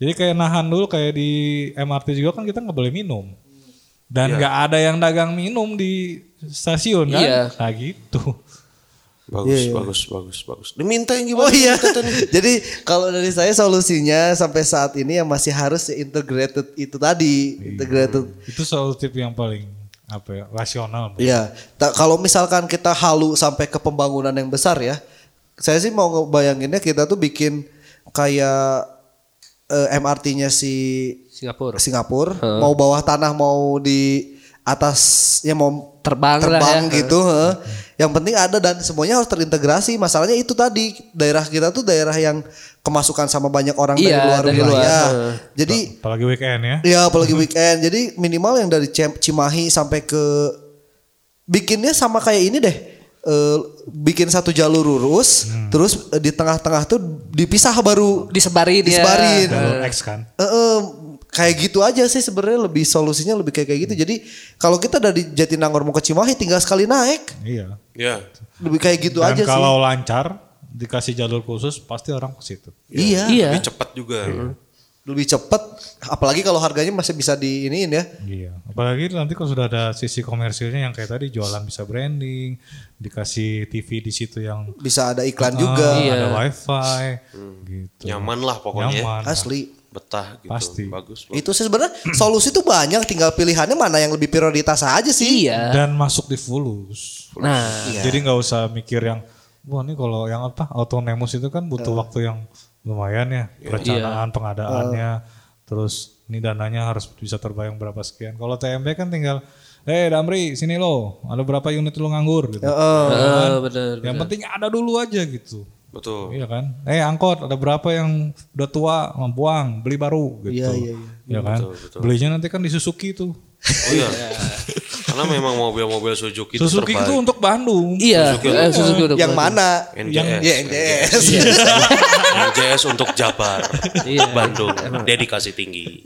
S2: jadi kayak nahan dulu kayak di MRT juga kan kita nggak boleh minum
S1: Iya.
S2: dan nggak ada yang dagang minum di stasiun kan
S4: Iya.
S2: nah gitu
S1: Bagus, bagus, bagus, bagus. Diminta yang gimana?
S3: Oh iya. Jadi kalau dari saya solusinya sampai saat ini yang masih harus ya integrated itu tadi, integrated.
S2: itu solutif yang paling apa ya rasional
S3: Iya. Ta- Kalau misalkan kita halu sampai ke pembangunan yang besar ya, saya sih mau ngebayanginnya kita tuh bikin kayak eh, MRT-nya si
S4: Singapura.
S3: Singapura, mau bawah tanah mau di atas ya mau
S4: Terbang lah
S3: terbang
S4: ya.
S3: gitu heeh. yang penting ada dan semuanya harus terintegrasi masalahnya itu tadi daerah kita tuh daerah yang kemasukan sama banyak orang
S4: Iya,
S3: dari luar
S4: dari luar,
S3: wilayah
S4: heeh.
S3: jadi
S2: apalagi weekend ya
S3: ya apalagi weekend jadi minimal yang dari Cem- Cimahi sampai ke bikinnya sama kayak ini deh Eh, bikin satu jalur lurus terus eh, di tengah-tengah tuh dipisah baru
S4: disebarin ya.
S3: Disebarin.
S2: jalur X kan
S3: Eh, eh, kayak gitu aja sih sebenarnya lebih solusinya lebih kayak kayak gitu. Jadi kalau kita dari Jatinangor mau ke Cimahi tinggal sekali naik.
S2: iya
S1: Iya.
S3: Lebih kayak gitu
S2: Dan
S3: aja
S2: kalau lancar dikasih jalur khusus pasti orang ke situ.
S3: sih. Iya.
S4: Iya.
S1: Lebih cepat juga.
S3: Lebih cepet apalagi kalau harganya masih bisa diiniin ya.
S2: Iya. Apalagi nanti kalau sudah ada sisi komersilnya yang kayak tadi jualan bisa branding, dikasih TV di situ yang
S3: Bisa ada
S2: ah,
S3: iklan juga.
S2: ada wifi, gitu.
S1: Nyaman lah pokoknya.
S2: Nyaman.
S3: Asli.
S1: Betah gitu.
S2: Pasti.
S1: Bagus. bagus.
S3: Itu sih sebenarnya solusi tuh banyak tinggal pilihannya mana yang lebih prioritas aja sih.
S4: Iya.
S2: Dan masuk di fulus.
S4: Nah,
S2: Jadi nggak usah mikir yang wah ini kalau yang apa autonomous itu kan butuh waktu yang lumayan ya perencanaan pengadaannya terus ini dananya harus bisa terbayang berapa sekian. Kalau TMB kan tinggal eh Damri sini lo ada berapa unit lo nganggur gitu.
S4: eh, bener.
S2: yang penting ada dulu aja gitu.
S1: Betul.
S2: Iya kan? Eh angkot ada berapa yang udah tua mau buang beli baru gitu. Iya
S3: iya,
S2: kan? Belinya nanti kan di Suzuki tuh.
S1: Oh iya. Karena memang mobil-mobil Suzuki itu
S2: Suzuki itu
S1: terbaik.
S2: untuk Bandung.
S4: Iya, eh, Suzuki udah
S3: Yang
S4: pulang.
S3: mana?
S2: Iya,
S1: NJS.
S3: Ya, NJS.
S1: NJS untuk Jabar.
S4: Iya.
S1: Bandung. Dedikasi tinggi.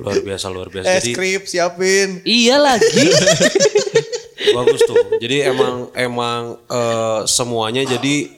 S1: Luar biasa, luar biasa.
S3: Eh,
S1: Jadi
S3: skrip siapin.
S4: Iya lagi.
S1: Bagus tuh. Jadi emang emang eh, semuanya jadi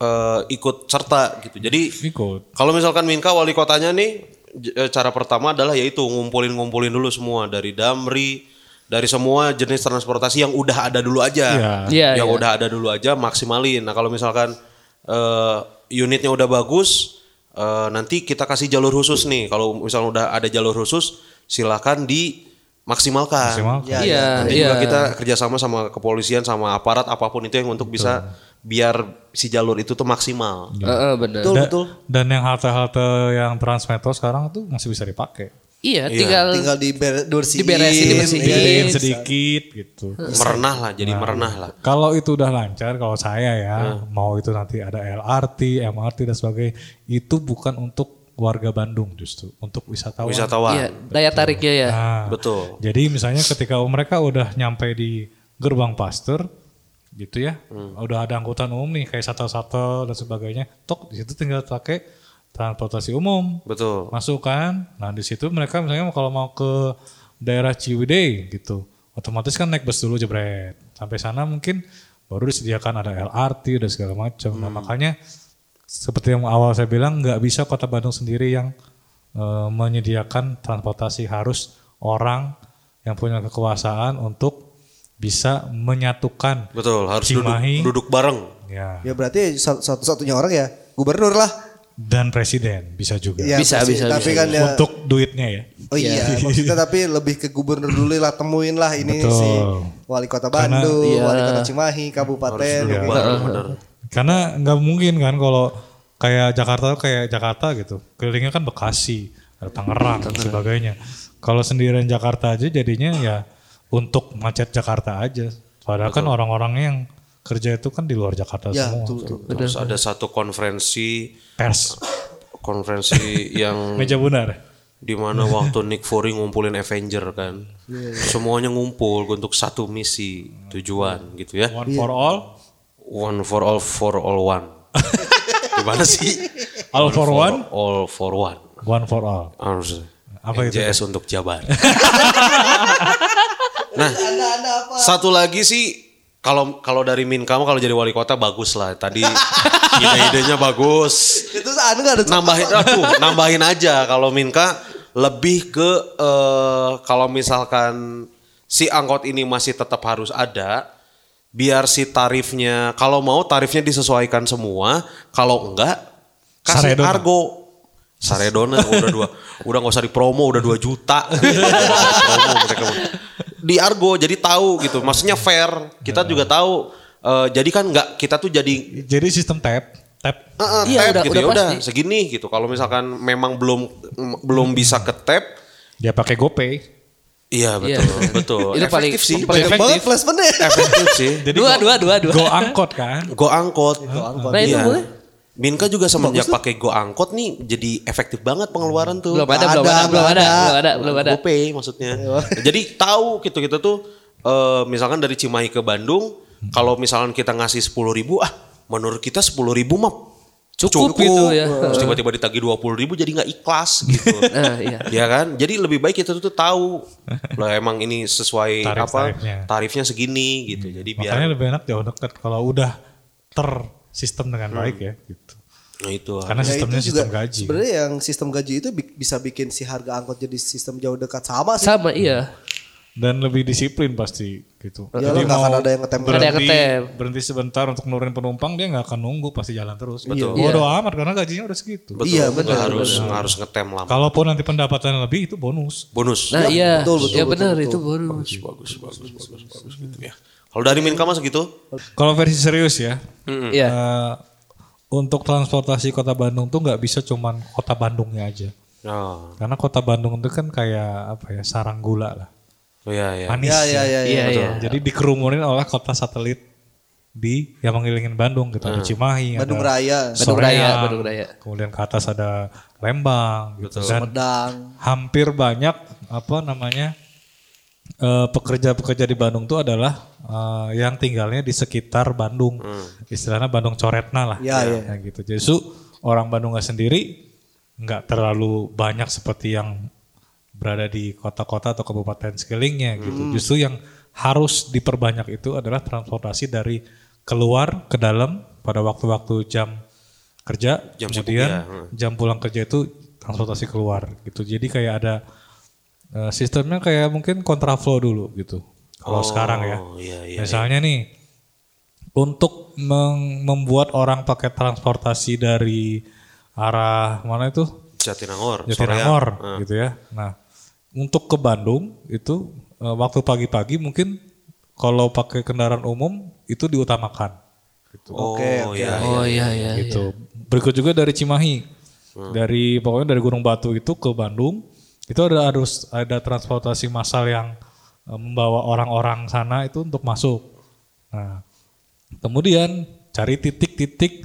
S1: eh, ikut serta gitu. Jadi
S2: Ikut.
S1: kalau misalkan Minka wali kotanya nih j- eh, cara pertama adalah yaitu ngumpulin-ngumpulin dulu semua dari Damri, dari semua jenis transportasi yang udah ada dulu aja.
S4: Iya. Iya,
S1: yang
S4: iya.
S1: udah ada dulu aja maksimalin. Nah, kalau misalkan eh, unitnya udah bagus eh, nanti kita kasih jalur khusus nih. Kalau misalnya udah ada jalur khusus silahkan dimaksimalkan.
S2: Maksimal.
S3: Ya,
S4: iya,
S1: Nanti
S4: iya.
S1: juga kita kerjasama sama kepolisian, sama aparat apapun itu yang untuk bisa biar si jalur itu tuh maksimal.
S4: Heeh, Eh, bener.
S3: Betul,
S2: Da-
S3: betul.
S2: Dan yang halte-halte yang transmetro sekarang tuh masih bisa dipakai.
S4: Iya, tinggal,
S3: Tinggal dibersihin.
S4: Diberesin, dibersihin.
S3: Iya.
S2: Gedein
S4: bisa.
S2: sedikit gitu.
S1: Merenah lah, jadi merenah lah.
S2: Kalau itu udah lancar, kalau saya
S1: Iya.
S2: ya mau itu nanti ada LRT, MRT dan sebagainya, itu bukan untuk warga Bandung justru, untuk wisatawan.
S1: Wisatawan,
S4: iya, daya tariknya ya.
S2: Nah,
S1: betul.
S2: Jadi misalnya ketika mereka udah nyampe di gerbang Pasteur gitu ya, udah ada angkutan umum nih kayak shuttle-shuttle dan sebagainya, tok di situ tinggal pakai transportasi umum.
S1: Betul.
S2: Masuk kan? Nah, di situ mereka misalnya kalau mau ke daerah Ciwidey gitu, otomatis kan naik bus dulu jebret. Sampai sana mungkin baru disediakan ada LRT dan segala macam. Nah, makanya seperti yang awal saya bilang nggak bisa Kota Bandung sendiri yang eh, menyediakan transportasi harus orang yang punya kekuasaan untuk bisa menyatukan
S1: Betul, harus duduk,
S2: Cimahi.
S1: duduk bareng.
S2: ya
S3: Ya berarti satu- satu-satunya orang ya gubernur lah.
S2: dan presiden bisa juga
S3: Ya,
S4: Bisa,
S3: pasti.
S4: bisa,
S3: Tapi
S4: bisa.
S3: kan ya
S2: untuk duitnya ya.
S3: Oh iya, maksudnya tapi lebih ke gubernur dulu lah temuin lah ini
S2: Betul.
S3: si wali kota Bandung, wali kota Cimahi, kabupaten.
S1: Duduk
S2: Iya.
S3: gitu.
S1: bareng, bener.
S2: Karena nggak mungkin kan kalau kayak Jakarta tuh kayak Jakarta gitu. Kelilingnya kan Bekasi, ada Tangerang dan sebagainya. Kalau sendirian Jakarta aja jadinya ya untuk macet Jakarta aja. Padahal kan orang-orangnya yang kerja itu kan di luar Jakarta
S3: Ya,
S2: semua.
S3: betul, betul.
S1: Terus ada satu konferensi
S2: Pers,
S1: konferensi yang
S2: meja benar.
S1: di mana waktu Nick Fury ngumpulin Avenger kan. Semuanya ngumpul untuk satu misi, tujuan gitu ya.
S2: One for all,
S1: One for all for all one. Gimana sih?
S2: all for one,
S1: All for one.
S2: one for all.
S1: Harus.
S2: Apa itu?
S1: NJS untuk Jabar. nah, satu lagi sih kalau kalau dari min kamu kalau jadi wali kota bagus lah. Tadi ide-idenya bagus.
S3: Itu anu gak ada
S1: Nambahin aduh, nambahin aja kalau Minka lebih ke eh, kalau misalkan si angkot ini masih tetap harus ada biar si tarifnya kalau mau tarifnya disesuaikan semua, kalau enggak kasih
S2: Saredona.
S1: argo Saredona udah dua udah nggak usah dipromo udah 2 juta Promo mereka mah. di argo jadi tahu gitu maksudnya fair kita juga tahu eh, jadi kan nggak kita tuh jadi
S2: Jadi sistem tap, tap.
S1: Heeh,
S4: Iya,
S1: tap
S4: udah-
S1: gitu
S4: udah
S1: ya udah
S4: pasti.
S1: segini gitu. Kalau misalkan memang belum mm, belum bisa ke tap,
S2: Dia pakai GoPay.
S1: iya betul
S4: Iya.
S1: betul.
S4: Itu paling-
S1: efektif sih,
S3: Banyak
S4: efektif.
S3: banget flash bener.
S1: efektif sih.
S2: Jadi
S4: dua,
S2: go-
S4: dua, dua, dua.
S2: Go angkot kan.
S1: Go angkot.
S4: Nah, itu
S1: Iya.
S4: boleh.
S1: Minka juga semenjak pakai go angkot nih jadi efektif banget pengeluaran tuh.
S4: Belum ada,
S3: Ada,
S4: belum ada, belum
S3: nggak
S4: ada,
S3: ada.
S4: belum ada, belum ada. Iya.
S1: GoPay maksudnya. Nah, Jadi tahu gitu kita tuh eh, misalkan dari Cimahi ke Bandung,
S2: Hmm.
S1: kalau misalkan kita ngasih sepuluh ribu, ah menurut kita sepuluh ribu mah
S4: Cukup gitu ya.
S1: Terus tiba-tiba ditagih dua puluh ribu jadi nggak ikhlas gitu.
S4: Nah, iya.
S1: ya kan? Jadi lebih baik kita tuh tahu lah emang ini sesuai
S2: Tarif-
S1: apa
S2: tarifnya.
S1: tarifnya segini gitu. Jadi biar
S2: Makanya lebih enak jauh dekat kalau udah tersistem dengan baik ya gitu.
S1: nah, itu.
S2: Karena
S3: Hmm. Ya,
S2: sistemnya
S3: itu juga
S2: sistem gaji.
S3: Sebenarnya yang sistem gaji itu bi- bisa bikin si harga angkot jadi sistem jauh dekat sama sih.
S4: Sama iya.
S2: Dan lebih disiplin pasti gitu.
S3: Iyalah, nggak akan ada yang ngetem.
S4: Ada yang
S2: berhenti,
S4: ngetem.
S2: berhenti sebentar untuk nurunin penumpang dia nggak akan nunggu pasti jalan terus.
S1: Betul.
S4: Iya.
S2: Bodo amat karena gajinya udah segitu.
S1: Betul.
S3: Iya,
S1: nggak
S3: benar,
S1: harus nggak harus ngetem lama.
S2: Kalaupun nanti pendapatannya lebih itu bonus.
S1: Bonus.
S4: Nah, iya.
S3: betul, betul,
S4: ya
S3: betul,
S4: benar
S3: betul.
S4: itu baru.
S1: Bagus, bagus, bagus, bagus gitu ya. Kalau dari Minka mas gitu?
S2: Kalau versi serius ya.
S4: Iya.
S2: eh, untuk transportasi kota Bandung tuh nggak bisa cuman kota Bandungnya aja.
S1: Oh,
S2: Karena kota Bandung itu kan kayak apa ya sarang gula lah.
S1: oh ya ya.
S2: Manis.
S3: Ya ya ya. ya.
S4: Iya, iya.
S2: Jadi dikerumunin oleh kota satelit di yang mengilingin Bandung gitu. Ada
S4: Hmm.
S2: Cimahi,
S3: Bandung
S2: ada
S3: Raya,
S4: Bandung
S2: Soreang,
S4: Raya, Bandung Raya.
S2: Kemudian ke atas ada Lembang gitu. Dan
S3: Pedang.
S2: hampir banyak apa namanya eh, pekerja-pekerja di Bandung tuh adalah eh, yang tinggalnya di sekitar Bandung. Istilahnya Bandung coretna lah.
S3: Hmm. Ya, ya.
S2: Kayak gitu. Jadi su orang Bandung nggak sendiri nggak terlalu
S3: Hmm.
S2: banyak seperti yang berada di kota-kota atau kabupaten sekelilingnya gitu. Justru yang harus diperbanyak itu adalah transportasi dari keluar ke dalam pada waktu-waktu jam kerja,
S1: Jam sibuk, ya.
S2: kemudian jam pulang kerja itu transportasi keluar gitu. Jadi kayak ada eh, sistemnya kayak mungkin kontraflow dulu gitu. Kalau sekarang ya.
S1: Oh, iya, iya,
S2: Misalnya nih untuk meng- membuat orang pakai transportasi dari arah mana itu
S1: Jatinangor.
S2: Jatinangor
S1: Soreang. Eh.
S2: gitu ya. Nah, untuk ke Bandung itu eh, waktu pagi-pagi mungkin kalau pakai kendaraan umum itu diutamakan
S1: Oh,
S3: Oke,
S1: iya.
S4: Oh iya iya. Hmm.
S2: gitu. Berikut juga dari Cimahi. Dari pokoknya dari Gunung Batu itu ke Bandung itu ada harus ada transportasi massal yang eh, membawa orang-orang sana itu untuk masuk. Nah, kemudian cari titik-titik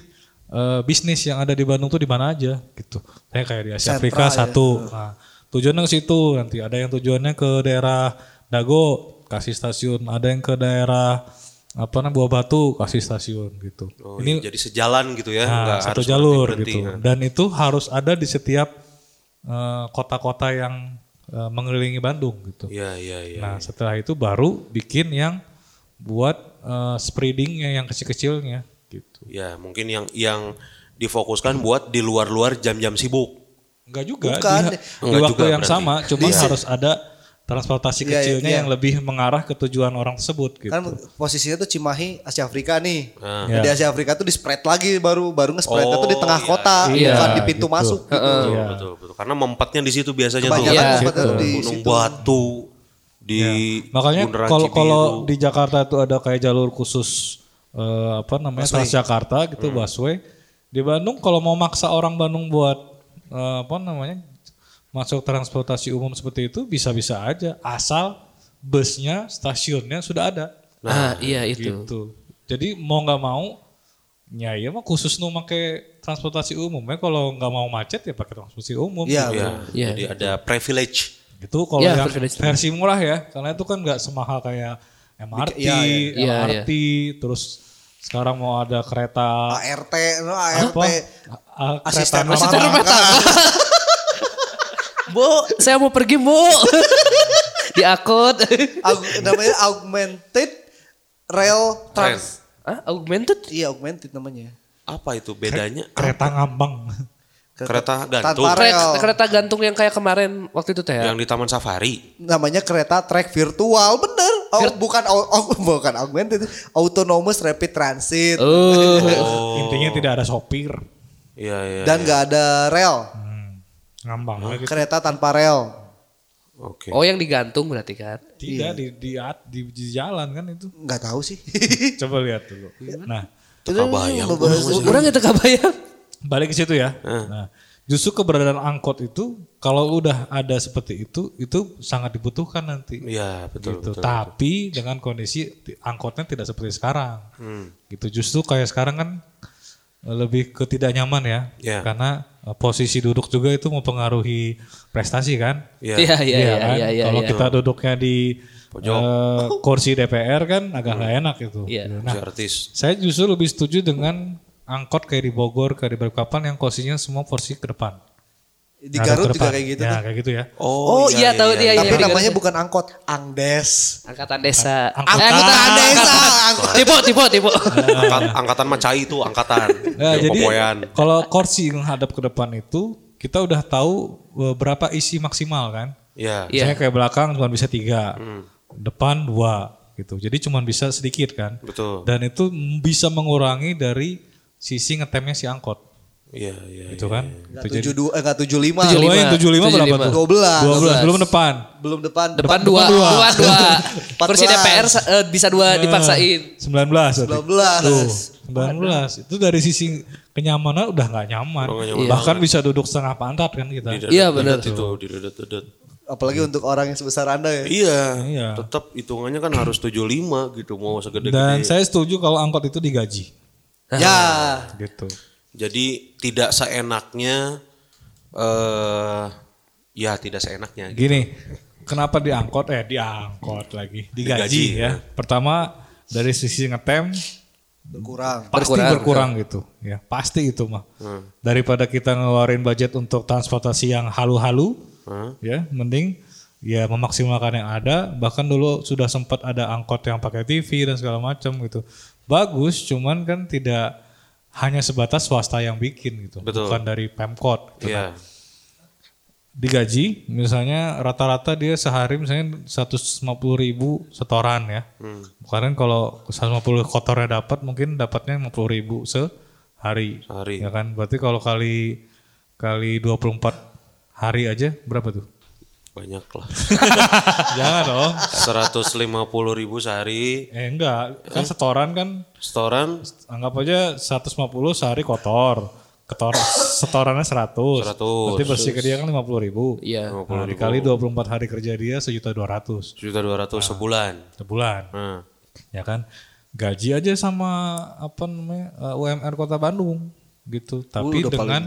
S2: eh, bisnis yang ada di Bandung tuh di mana aja gitu. Saya kayak di Asia Afrika satu. Nah, tujuannya ke situ nanti ada yang tujuannya ke daerah Dago kasih stasiun, ada yang ke daerah apa namanya Buah Batu kasih stasiun gitu.
S1: Oh, iya, jadi sejalan gitu ya.
S2: Nah,
S1: nggak
S2: satu
S1: harus
S2: jalur
S1: berhenti-berhenti. nah.
S2: gitu. Dan itu harus ada di setiap eh, kota-kota yang eh, mengelilingi Bandung gitu.
S1: Iya, iya, iya.
S2: nah, setelah itu baru bikin yang buat eh, spreadingnya yang kecil-kecilnya gitu.
S1: Ya, mungkin yang yang difokuskan buat di luar-luar jam-jam sibuk.
S2: Enggak juga
S3: Bukan.
S2: di, di
S1: Enggak
S2: waktu
S1: juga
S2: yang
S1: berarti.
S2: sama, cuma harus ada transportasi
S3: Iya, iya,
S2: kecilnya
S3: iya.
S2: yang lebih mengarah ke tujuan orang tersebut gitu.
S3: Kan posisinya tuh Cimahi Asia Afrika nih.
S1: Ah.
S2: Ya.
S3: Jadi Asia Afrika tuh di spread lagi baru baru nge-spread tuh di
S1: Oh,
S3: tengah
S1: iya,
S3: kota,
S2: iya.
S3: bukan di
S2: Iya,
S3: pintu
S2: gitu.
S3: masuk.
S1: Betul,
S2: Iya.
S1: betul, betul. Karena mempatnya di situ biasanya tuh.
S3: Kebanyakan
S4: Iya,
S3: tempatnya tuh di
S1: Gunung
S3: situ.
S1: Batu di
S2: Iya. Makanya
S1: Bundaran
S2: kalau
S1: Cibiru.
S2: kalau di Jakarta itu ada kayak jalur khusus eh, apa namanya Transjakarta
S1: Hmm.
S2: gitu busway. Di Bandung kalau mau maksa orang Bandung buat eh, apa namanya masuk transportasi umum seperti itu bisa-bisa aja asal busnya stasiunnya sudah ada
S4: Nah, iya itu.
S2: gitu. Jadi mau nggak mau ya iya mah khusus nu pakai transportasi umum ya kalau nggak mau macet ya pakai transportasi umum. Gitu.
S3: Iya.
S1: ya,
S4: Iya.
S1: jadi ada privilege.
S2: Itu kalau
S4: Ya,
S2: yang
S4: privilege.
S2: versi murah ya, karena itu kan nggak semahal kayak MRT,
S3: Iya, iya,
S4: iya.
S2: LRT, terus sekarang mau ada kereta
S3: ART, no, ART.
S2: apa? A- a-
S3: Ah, ya? Asisten
S2: kereta
S3: rumah
S2: normal.
S3: tangga.
S4: Bu, saya mau pergi, Bu. Diakut.
S3: Aug- namanya augmented rail trans.
S4: Hah? Ah, Augmented?
S3: Iya, augmented namanya.
S1: Apa itu bedanya?
S2: kereta ngambang.
S1: Kereta gantung.
S3: Tanpa rel.
S4: Kereta, kereta gantung yang kayak kemarin waktu itu teh. ya?
S1: Yang di Taman Safari.
S3: Namanya kereta track virtual, bener. Au- bukan au- au- bukan augmented, autonomous rapid transit
S4: Oh.
S2: Intinya tidak ada sopir.
S1: Iya, iya. iya.
S3: dan nggak ada rel.
S2: Hmm, ngambang. Gitu.
S3: Kereta tanpa rel.
S1: Oke.
S4: Oh, yang digantung berarti kan.
S2: Tidak
S3: Iya.
S2: di, di, at- di, di jalan kan itu.
S3: Nggak tahu sih.
S2: Coba lihat dulu.
S3: Iya.
S2: Nah,
S1: Teka bayang.
S4: Orang itu kebayang.
S2: balik ke situ ya. Nah, justru keberadaan angkot itu kalau udah ada seperti itu itu sangat dibutuhkan nanti.
S1: Iya, betul,
S2: gitu.
S1: betul.
S2: Tapi dengan kondisi ti- angkotnya tidak seperti sekarang.
S1: Hmm,
S2: Gitu. Justru kayak sekarang kan eh, lebih ke tidak nyaman ya.
S1: Iya.
S2: Karena eh, posisi duduk juga itu mempengaruhi prestasi kan.
S1: Iya.
S4: Iya, iya,
S2: Iya
S4: iya,
S2: kan?
S4: iya, iya.
S2: Kalau
S4: iya.
S2: kita duduknya di
S1: Pojok.
S2: eh, kursi DPR kan agak nggak enak gitu.
S4: Iya.
S1: Si artis.
S2: Saya justru lebih setuju dengan angkot kayak di Bogor, kayak di Balikpapan yang kursinya semua porsi ke depan.
S3: Di
S2: Ngadep
S3: Garut
S2: ke
S3: juga
S2: depan.
S3: kayak gitu.
S2: Ya,
S3: tuh.
S2: kayak gitu ya.
S4: Oh, iya, tahu dia
S3: Tapi
S4: iya,
S3: namanya
S4: iya.
S3: bukan angkot, angdes.
S4: Angkatan desa.
S2: Angkutan.
S4: Eh, angkutan desa. Tipe, tipe, tipe.
S1: Angkat, angkatan mah cai itu angkatan.
S2: Nah,
S1: Yang
S2: jadi
S1: popoyan.
S2: kalau kursi menghadap ke depan itu kita udah tahu eh, berapa isi maksimal kan.
S1: Iya.
S2: Saya
S4: Iya.
S2: kayak belakang cuma bisa tiga,
S1: Hmm.
S2: depan dua gitu. Jadi cuma bisa sedikit kan.
S1: Betul.
S2: Dan itu m- bisa mengurangi dari sisi ngetemnya si angkot
S1: Iya, iya.
S2: gitu kan. Itu jadi
S3: Tujuh dua, eh, nggak tujuh lima.
S2: Coba yang 75 berapa
S4: 75.
S2: tuh?
S3: 12.
S2: 12 belum depan.
S3: Belum depan.
S4: Depan dua,
S2: dua.
S4: dua, dua. Kursi
S3: 14.
S4: DPR sa- eh, bisa dua dipaksain.
S2: 19. berarti.
S3: 19.
S2: Tuh, 19. Itu dari sisi kenyamanan udah nggak nyaman.
S1: Udah nggak
S4: nyaman
S2: Bahkan bisa duduk setengah pantat kan kita.
S1: Didedet-
S4: Iya,
S1: didedet
S4: benar.
S1: Itu didedet-dedet.
S3: Apalagi untuk orang yang sebesar Anda ya.
S1: Iya.
S2: Iya.
S1: Tetap hitungannya kan harus 75 gitu mau segede
S2: Dan saya setuju kalau angkot itu digaji.
S4: Ah.
S3: Ya.
S2: Gitu.
S1: Jadi tidak seenaknya eh ya tidak seenaknya. gitu.
S2: Gini, kenapa diangkot? Eh, diangkot lagi, digaji,
S1: Digaji,
S2: ya. Pertama dari sisi ngetem
S3: Kurang.
S2: pasti
S4: Berkurang,
S2: berkurang, gitu, ya pasti itu mah. Hmm. Daripada kita ngeluarin budget untuk transportasi yang halu-halu, ya mending ya memaksimalkan yang ada bahkan dulu sudah sempat ada angkot yang pakai TV dan segala macam gitu bagus cuman kan tidak hanya sebatas swasta yang bikin gitu
S1: Betul.
S2: bukan dari pemkot gitu.
S1: Iya.
S2: digaji misalnya rata-rata dia sehari misalnya 150 ribu setoran ya kemarin kalau 150 kotornya dapat mungkin dapatnya 50 ribu sehari
S1: Sehari.
S2: ya kan berarti kalau kali kali 24 hari aja berapa tuh
S1: Banyak lah.
S2: jangan dong
S1: 150 ribu sehari.
S2: eh enggak kan setoran kan
S1: Setoran
S2: anggap aja 150 sehari kotor Ketor, setorannya
S1: 100.
S2: 100. Berarti bersih ke dia kan 50 ribu.
S4: Iya.
S2: Nah, dikali 24 hari kerja dia sejuta 200
S1: juta dua
S2: Ah.
S1: sebulan.
S2: sebulan.
S1: Nah,
S2: ya kan gaji aja sama apa namanya eh, UMR Kota Bandung gitu tapi
S3: udah
S2: dengan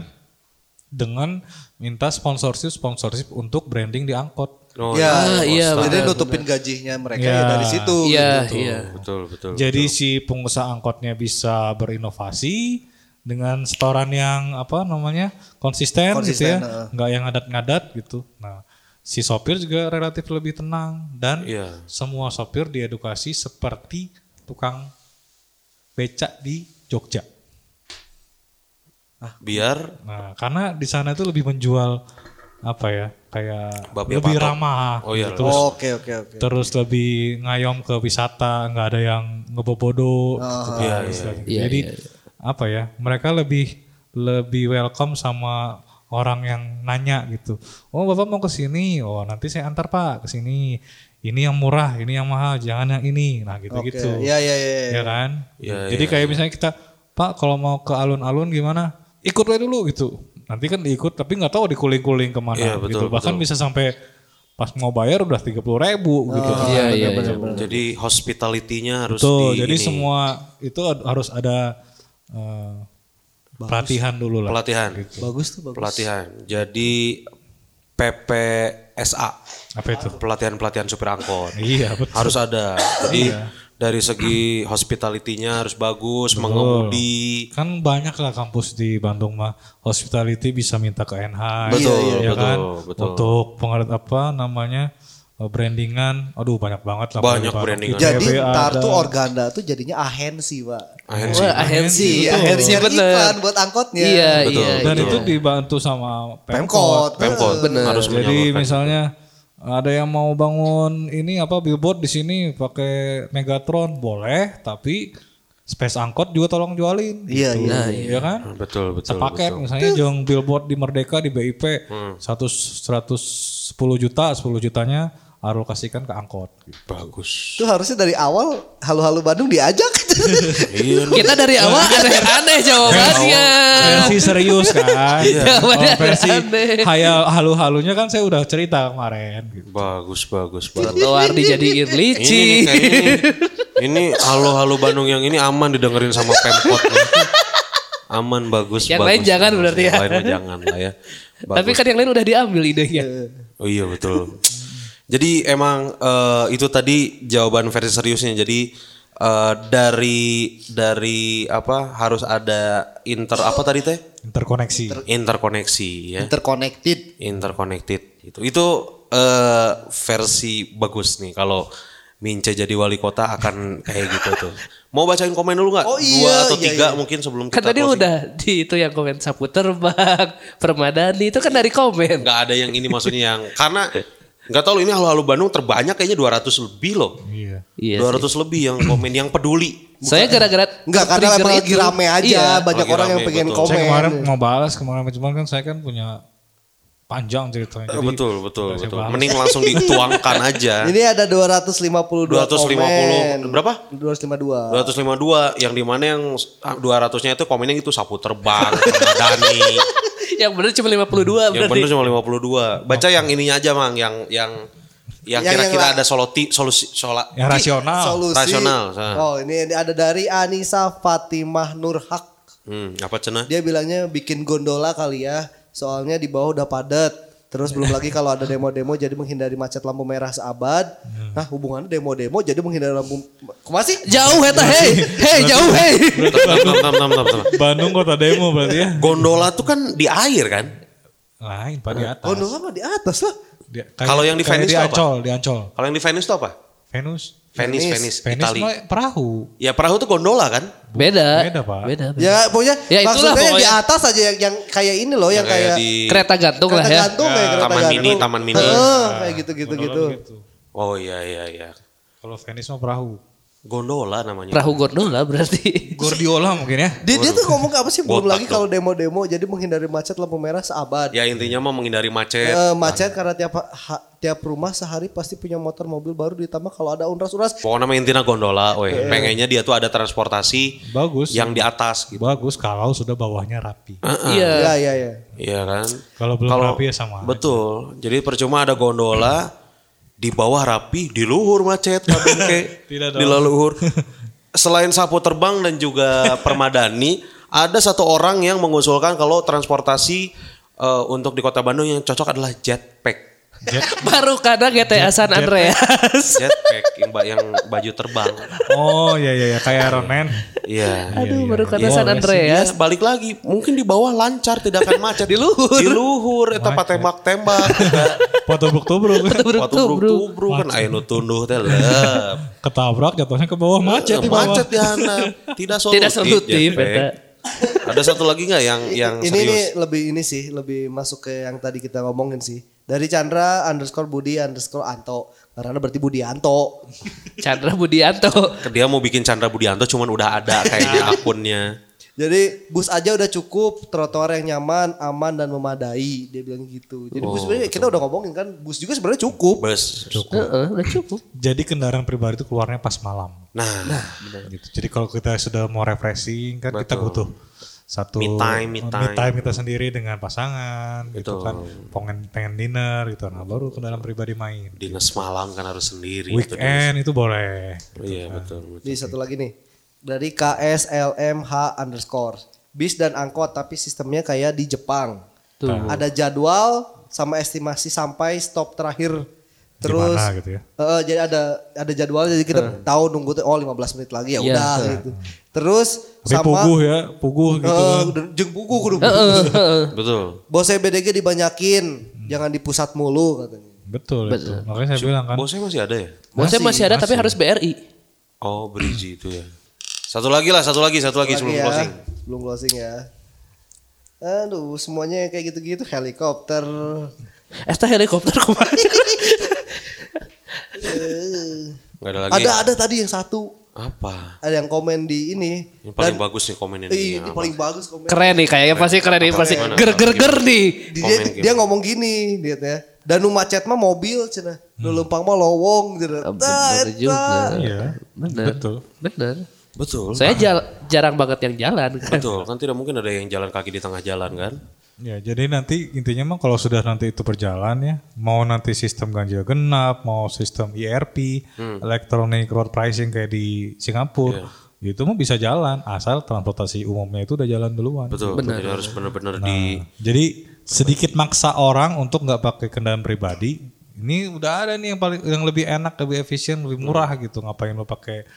S2: dengan minta sponsorship sponsorship untuk branding di angkot
S1: Oh,
S3: ya,
S4: Ah, iya,
S3: jadi
S4: benar,
S3: nutupin gajinya mereka
S2: Ya.
S3: ya dari situ.
S4: Iya,
S3: gitu.
S4: iya.
S1: betul betul.
S2: jadi si pengusaha angkotnya bisa berinovasi dengan setoran yang apa namanya konsisten, gitu
S3: Konsisten,
S2: ya
S3: heeh.
S2: nggak yang ngadat-ngadat gitu nah si sopir juga relatif lebih tenang dan
S1: Iya.
S2: semua sopir diedukasi seperti tukang becak di Jogja Ah.
S1: biar
S2: Nah, karena di sana itu lebih menjual apa ya? Kayak
S1: Babi
S2: lebih
S1: patok.
S2: ramah.
S1: Oh iya.
S2: Terus
S3: Oke, oke, oke.
S2: terus lebih ngayom ke wisata, nggak ada yang ngebobodo. gitu kan,
S1: Iya,
S2: istilahnya.
S4: Oh, iya.
S2: Jadi
S4: Iya,
S2: apa ya? Mereka lebih lebih welcome sama orang yang nanya gitu. Oh, Bapak mau ke sini. Oh, nanti saya antar Pak ke sini. Ini yang murah, ini yang mahal, jangan yang ini. Nah,
S3: Oke.
S2: gitu-gitu
S3: Iya, iya, iya.
S2: ya kan?
S1: Iya,
S2: Jadi kayak misalnya kita, Pak kalau mau ke alun-alun gimana? Ikut aja dulu gitu. Nanti kan diikut, tapi nggak tahu dikuling-kuling kemana
S1: Iya,
S2: gitu.
S1: betul,
S2: Bahkan bisa sampai pas mau bayar udah tiga puluh ribu gitu.
S1: Ah,
S4: Iya, iya, iya.
S1: jadi hospitality-nya harus
S2: Betul.
S1: di
S2: Jadi
S1: ini,
S2: semua itu ad- harus ada eh, pelatihan dulu lah.
S1: pelatihan.
S3: Bagus tuh, bagus.
S1: Pelatihan. Jadi PPSA.
S2: Apa itu?
S1: Pelatihan-pelatihan supir angkot.
S2: Iya betul.
S1: harus ada. Jadi dari segi hospitality-nya harus bagus, mengemudi.
S2: Kan banyak lah kampus di Bandung mah hospitality bisa minta ke NH,
S1: Betul,
S2: ya
S1: iya,
S2: kan?
S1: betul, betul.
S2: Untuk pengaruh apa namanya eh, brandingan, aduh banyak banget lah.
S1: Banyak
S2: Pak.
S1: brandingan.
S3: Jadi
S2: ITB
S3: ntar
S2: ada.
S3: tuh organda tuh jadinya ahensi, Pak.
S1: Akhirnya
S4: Wah, ahensi,
S3: Iya, ahensi
S4: ahensi bener.
S3: iklan buat angkotnya.
S4: Iya,
S1: Betul.
S4: iya.
S2: Dan
S4: iya.
S2: itu dibantu sama
S3: gitu. Pemkot.
S1: Pemkot
S4: Bener.
S1: harus
S2: Jadi
S1: menyalurkan.
S2: misalnya ada yang mau bangun ini apa billboard di sini pakai Megatron boleh, tapi space angkot juga tolong jualin.
S3: Iya,
S2: gitu.
S3: iya,
S2: Iya kan?
S1: betul betul.
S2: sepaket
S1: betul. Hmm.
S2: misalnya jong billboard di Merdeka di BIP 100 110 juta 10 jutanya Arul kasihkan ke angkot
S1: bagus.
S3: Itu harusnya dari awal halu-halu Bandung diajak.
S1: Iya. nih.
S4: Kita dari awal aneh-aneh jawabannya.
S2: versi serius kan
S4: Iya.
S2: Kalau
S4: Iya.
S2: versi
S4: Aneh.
S2: hayal halu-halunya kan saya udah cerita kemarin gitu.
S1: Bagus bagus banget.
S4: Trotoar
S1: Ini
S4: dijadiin
S1: nih
S4: licin.
S1: kayaknya nih. ini halo-halo Bandung yang ini aman didengerin sama Pemkot. nih. aman bagus
S4: Yang
S1: bagus,
S4: lain jangan
S1: bagus.
S4: berarti
S1: Yang
S4: ya.
S1: lain mah jangan lah ya. Bagus.
S4: Tapi kan yang lain udah diambil idenya.
S1: Oh iya betul. Jadi emang eh, itu tadi jawaban versi seriusnya. Jadi eh, dari dari apa harus ada inter apa tadi teh?
S2: interkoneksi
S1: Interkoneksi ya.
S3: Interconnected.
S1: Interconnected itu. Itu eh, versi bagus nih kalau Mince jadi wali kota akan kayak gitu tuh. Mau bacain komen dulu nggak?
S3: Oh
S1: Dua
S3: iya,
S1: atau
S3: iya,
S1: tiga
S3: iya.
S1: mungkin sebelum
S4: Kan
S1: kita
S4: tadi udah di itu yang komen sapu terbang, permadani itu kan dari komen.
S1: Gak ada yang ini maksudnya yang karena nggak tahu loh, ini halo-halo Bandung terbanyak kayaknya 200 lebih loh.
S2: iya
S4: Iya.
S1: 200 lebih yang komen yang peduli.
S4: Saya gara-gara
S3: Enggak, karena
S4: trigger
S3: emang lagi
S4: itu.
S3: rame aja.
S4: Iya.
S3: Banyak
S1: Lagi
S3: orang yang
S1: rame,
S3: pengen
S1: betul.
S3: komen.
S2: saya kemarin mau balas kemarin cuman kan saya kan punya panjang ceritanya jadi
S3: Iya,
S1: betul, betul,
S2: saya
S1: betul.
S2: bahas.
S1: Mending langsung dituangkan aja.
S4: Iya.
S3: Ini ada 252
S1: 250.
S3: komen.
S1: Berapa?
S3: 252.
S1: 252 yang dimana yang 200-nya itu komennya gitu sapu terbang, sama Dani.
S4: Yang bener cuma 52
S1: yang
S4: berarti.
S1: bener cuma 52. Baca yang ininya aja, Mang, yang yang yang
S3: Yang- yang
S1: kira-kira
S3: la-
S1: ada solusi solusi sola-
S2: yang rasional
S3: Solusi.
S1: Rasional, sah.
S3: Oh, ini ini ada dari Anissa Fatimah Nurhak.
S1: Hmm, apa cena?
S3: Dia bilangnya bikin gondola kali ya. Soalnya di bawah udah padat. Terus belum lagi kalau ada demo-demo jadi menghindari macet lampu merah seabad. Nah, hubungannya demo-demo jadi menghindari lampu Kumaha sih?
S4: Jauh eta hei, hei jauh hei.
S1: Bentar, bentar, bentar, bentar, bentar, bentar.
S2: Bandung kota demo berarti ya
S1: Gondola tuh kan di air kan?
S2: lain pak di atas
S3: Gondola mah di atas lah.
S2: Di- kayak-
S1: Nah. Oh, Kalau yang di
S2: kayak
S1: Venice
S2: di
S1: itu apa?
S2: Ancol, di Ancol.
S1: Kalau yang di Venice itu apa?
S2: Venus.
S1: Venice, Venice,
S2: Venice
S1: Itali.
S2: mah perahu.
S1: Ya perahu tuh gondola kan?
S4: Beda.
S2: Beda, Pak.
S4: Beda. beda.
S3: Ya pokoknya
S4: Ya, itulah
S3: maksudnya yang di
S4: pokoknya.
S3: atas aja yang, yang kayak ini loh Oh, yang, kayak,
S1: di
S4: Kereta gantung lah
S3: kereta
S4: ya.
S3: gantung kayak
S1: Ya,
S3: kereta
S1: taman
S3: gantung.
S1: mini, taman mini.
S3: Heeh, kayak gitu-gitu
S2: Gondola
S3: gitu.
S2: begitu.
S1: Oh iya iya iya.
S2: Kalau Venice mah perahu.
S1: Gondola namanya.
S4: Perahu gondola berarti.
S2: Gordiola mungkin ya.
S3: Dia, dia tuh ngomong apa sih belum
S1: Botak
S3: lagi kalau demo-demo jadi menghindari macet lampu merah seabad.
S1: Ya intinya mah menghindari macet.
S3: Eh, macet karena tiap ha- tiap rumah sehari pasti punya motor mobil baru ditambah kalau ada unras-unras.
S1: Pokoknya mah intinya gondola, weh.
S3: Iya.
S1: Pengennya dia tuh ada transportasi
S2: Bagus.
S1: yang di atas gitu.
S2: Bagus kalau sudah bawahnya rapi.
S4: Iya.
S3: Ya ya ya.
S1: Iya kan?
S2: Kalau belum rapi ya sama.
S1: Betul. Jadi percuma ada gondola di bawah rapi, di luhur macet, Pak Bengke.
S2: Tidak
S1: di leluhur. Selain sapu terbang dan juga permadani, ada satu orang yang mengusulkan kalau transportasi eh, untuk di Kota Bandung yang cocok adalah jetpack.
S4: Baru kadang GTA San Andreas.
S1: Jetpack yang, ba- yang baju terbang.
S2: Oh iya iya iya. kayak Iron Man.
S1: Iya.
S4: Aduh, baru kadang
S1: Iya,
S4: San
S1: iya.
S4: Andreas.
S1: Iya, balik lagi. Mungkin di bawah lancar, tidak akan macet. di
S4: luhur.
S1: Di luhur, eta pa tembak-tembak.
S2: Foto buk tubruk.
S4: Bro,
S1: Waktu
S4: tuh, bro.
S1: bro kan ayo nu tunduh teh leup.
S2: Ketabrak jatuhnya ke bawah macet di bawah.
S1: Macet di sana. Tidak solutif.
S4: Tidak solutif,
S1: jetpack.
S4: eta.
S1: Ada satu lagi nggak yang yang
S3: ini
S1: serius?
S3: ini lebih ini sih lebih masuk ke yang tadi kita ngomongin sih. Dari Chandra underscore Budi underscore Anto. Karena berarti Budi Anto.
S4: Chandra Budianto.
S1: Dia mau bikin Chandra Budianto cuman udah ada kayaknya akunnya.
S3: Jadi bus aja udah cukup, trotoar yang nyaman, aman dan memadai, dia bilang gitu. Jadi
S1: Oh,
S3: bus sebenarnya kita udah ngomongin kan, bus juga sebenarnya cukup.
S1: Bus.
S4: Heeh, udah cukup.
S2: Jadi kendaraan pribadi itu keluarnya pas malam.
S1: Nah,
S2: Gitu. Jadi kalau kita sudah mau refreshing kan kita butuh satu
S1: Me time, me time.
S2: kita sendiri dengan pasangan gitu kan pengen pengen dinner gitu nah baru kendaraan pribadi main
S1: dinas malam kan harus sendiri.
S2: weekend itu boleh
S1: Iya betul. betul.
S3: Di satu lagi nih, dari KSLMH underscore. Bis dan angkot tapi sistemnya kayak di Jepang.
S4: Tuh.
S3: Ada jadwal sama estimasi sampai stop terakhir. Terus
S2: Gimana gitu ya?
S3: Eh, jadi ada ada jadwal jadi kita tahu nunggu tuh, oh 15 menit lagi ya
S4: Iya.
S3: udah gitu. Terus
S2: tapi
S3: sama
S2: puguh ya puguh gitu
S3: eh,
S2: kan.
S3: jeung buku kudu
S4: Heeh, heeh.
S1: Betul.
S3: Bosnya BDG dibanyakin, jangan di pusat mulu katanya.
S2: betul, itu makanya saya bilang kan
S1: Bosnya masih ada ya?
S4: Bosnya masih ada tapi harus BRI.
S1: Oh, beriji itu ya. Satu lagi lah, satu lagi, satu lagi sebelum
S3: ya,
S1: closing.
S3: Sebelum closing ya. Aduh, semuanya kayak gitu-gitu helikopter.
S4: Eta helikopter kemarin.
S1: Gak ada lagi.
S3: ada ada tadi yang satu,
S1: Apa?
S3: ada yang komen di ini.
S1: Yang paling bagus nih komen ini. ya,
S3: Ih, ini paling bagus komen.
S4: keren nih kayaknya pasti keren nih pasti ger ger ger nih.
S1: Komen
S3: Dia, dia-
S1: gitu.
S3: dia ngomong gini, dia teh. Dan nu macet mah mobil cenah.
S1: Hmm.
S3: Nu leumpang mah lowong cenah. Tah,
S4: Bener
S3: eta.
S4: juga.
S2: iya
S4: Bener.
S2: betul
S4: Bener.
S1: Betul.
S4: Saya jal- jarang banget yang jalan. kan.
S1: Betul, kan tidak mungkin ada yang jalan kaki di tengah jalan kan?
S2: Ya, jadi nanti intinya mah kalau sudah nanti itu berjalan ya, mau nanti sistem ganjil genap, mau sistem ERP, electronic road pricing kayak di Singapura, itu mah bisa jalan asal transportasi umumnya itu udah jalan duluan.
S1: Betul. Jadi harus benar-benar di
S2: Jadi sedikit maksa orang untuk nggak pakai kendaraan pribadi. Ini udah ada nih yang paling yang lebih enak, lebih efisien, lebih murah gitu. Ngapain lo pakai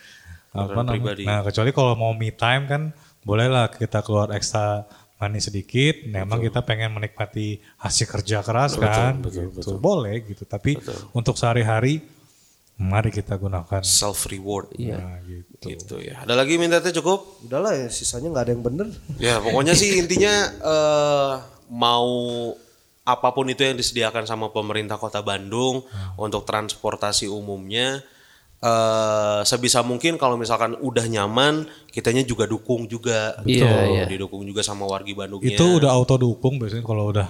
S2: apa namanya? Nah, kecuali kalau mau me time kan bolehlah kita keluar ekstra money sedikit. Memang kita pengen menikmati hasil kerja keras kan. gitu. Boleh gitu. Tapi untuk sehari-hari mari kita gunakan.
S1: self reward.
S4: Iya.
S2: Nah, gitu.
S1: Gitu ya. Ada lagi minta teh cukup?
S3: Udahlah, ya, sisanya nggak ada yang bener.
S1: Ya, pokoknya sih intinya eh mau apapun itu yang disediakan sama pemerintah Kota Bandung
S2: Hmm.
S1: untuk transportasi umumnya eh sebisa mungkin kalau misalkan udah nyaman, kitanya juga dukung juga. Gitu.
S4: Betul. Iya, iya.
S1: Didukung juga sama wargi Bandungnya.
S2: Itu udah auto dukung biasanya kalau udah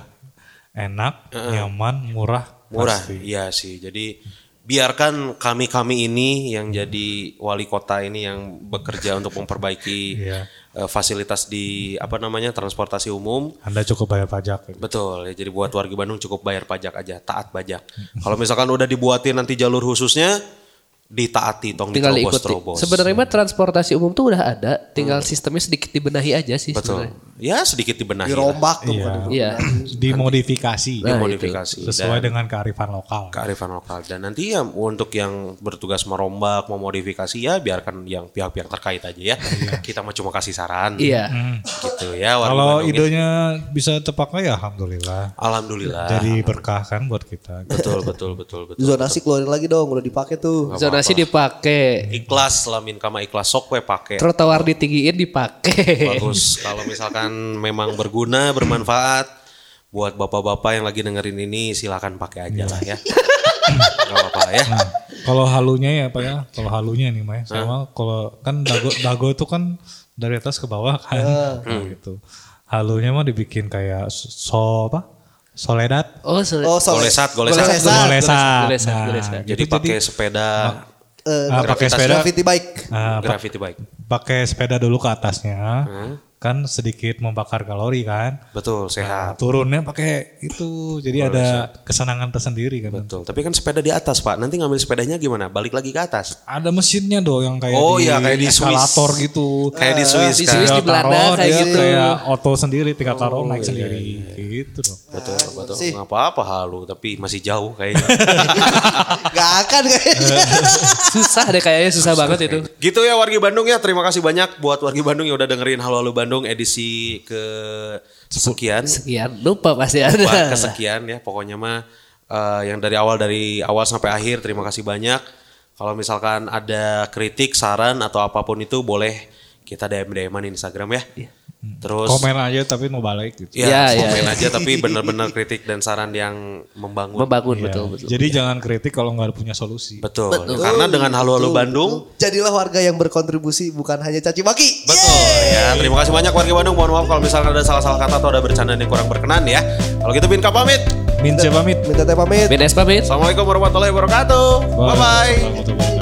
S2: enak, nyaman, murah,
S1: murah
S2: pasti.
S1: iya sih jadi biarkan kami kami ini yang jadi wali kota ini yang bekerja untuk memperbaiki
S2: Iya.
S1: eh, fasilitas di apa namanya transportasi umum
S2: Anda cukup bayar pajak.
S1: betul ya jadi buat warga Bandung cukup bayar pajak aja taat pajak kalau misalkan udah dibuatin nanti jalur khususnya ditaati tong
S4: Tinggal
S1: diterobos
S4: diikuti.
S1: terobos
S4: Sebenarnya mah transportasi umum tuh udah ada, tinggal sistemnya sedikit dibenahi aja sih
S1: betul
S4: sebenarnya.
S1: Ya sedikit dibenahi. lah.
S3: dirombak tuh.
S2: Iya.
S3: bukan dirombak.
S4: Iya.
S2: dimodifikasi
S4: Nah,
S1: dimodifikasi
S2: sesuai
S1: iya. dan
S2: dengan kearifan lokal.
S1: kearifan lokal dan nanti ya untuk yang bertugas merombak memodifikasi ya biarkan yang pihak-pihak terkait aja ya kita mah cuma kasih saran
S4: Iya.
S1: gitu ya warga
S2: Iya. Hmm. Kalau
S1: Bandungnya.
S2: idenya bisa terpakai ya alhamdulillah.
S1: alhamdulillah
S2: Jadi berkah kan buat kita.
S1: betul betul betul betul
S3: Zonasi keluarin lagi dong, udah dipakai tuh.
S4: Zonasi dipakai.
S1: ikhlas lamin kama ikhlas sok we pakai
S4: Trotoar ditinggiin dipakai.
S1: bagus kalau misalkan memang berguna bermanfaat buat bapak-bapak yang lagi dengerin ini silakan pakai aja lah ya nggak apa-apa lah ya
S2: Nah, kalau halunya ya Pak ya, kalau halunya nih
S1: Ah.
S2: Maya, sama kalau kan dago dago itu kan dari atas ke bawah kan,
S1: Ah.
S2: Nah, gitu. Halunya mah dibikin kayak so apa? Soledad,
S4: Oh, sorry.
S3: Oh, soles.
S1: Golesat, golesat.
S2: golesa,
S4: Golesan,
S2: Nah,
S4: golesan.
S2: gitu,
S1: jadi pakai sepeda
S3: Eh,
S2: ah, pakai
S1: gravitas
S2: sepeda,
S3: Graffiti bike.
S2: ah, pa-
S1: graffiti bike
S2: pakai sepeda dulu ke atasnya,
S1: Ah.
S2: kan sedikit membakar kalori kan.
S1: betul sehat
S2: Nah, turunnya pakai itu, jadi ada kesenangan tersendiri kan.
S1: betul tapi kan sepeda di atas pak nanti ngambil sepedanya gimana balik lagi ke atas
S2: Ada mesinnya dong yang kayak
S1: Oh
S2: di
S1: iya, kayak di Swiss.
S2: eskalator gitu.
S1: kayak Iya. di Swiss
S4: di
S1: kan
S4: Swiss.
S2: Tinggal
S4: Belanda
S2: taruh,
S4: kayak
S2: dia
S4: gitu.
S2: Kayak auto sendiri, tinggal taruh
S1: Oh, iya,
S2: naik sendiri gitu dong.
S1: betul betul nggak apa-apa halu tapi masih jauh kayaknya
S3: Gak akan kayaknya.
S4: Susah deh kayaknya susah banget itu.
S1: Gitu ya wargi Bandung ya. Terima kasih banyak buat wargi Bandung yang udah dengerin Halo Halo Bandung edisi ke sekian.
S4: Sekian lupa pasti
S1: Wah,
S4: ada.
S1: kesekian ya pokoknya mah eh, yang dari awal dari awal sampai akhir terima kasih banyak. Kalau misalkan ada kritik, saran atau apapun itu boleh kita DM DM-an Instagram ya. Terus
S2: Komen aja tapi mau balik gitu.
S1: ya,
S4: Ya, ya,
S1: komen
S4: ya.
S1: aja tapi benar-benar kritik dan saran yang membangun.
S4: Membangun
S2: Iya.
S4: betul betul.
S2: Jadi jangan kritik kalau nggak punya solusi.
S1: Betul. Karena dengan Halo Halo
S3: Betul,
S1: Bandung
S3: betul. Jadilah warga yang berkontribusi bukan hanya caci maki.
S1: Betul ya. Terima kasih banyak warga Bandung. Mohon maaf kalau misalnya ada salah-salah kata atau ada bercandaan yang kurang berkenan ya. Kalau gitu Binka pamit.
S2: Mince pamit.
S3: Minta teh pamit.
S4: Beda pamit.
S1: Assalamualaikum warahmatullahi wabarakatuh. Bye bye.
S2: Waalaikumsalam warahmatullahi wabarakatuh.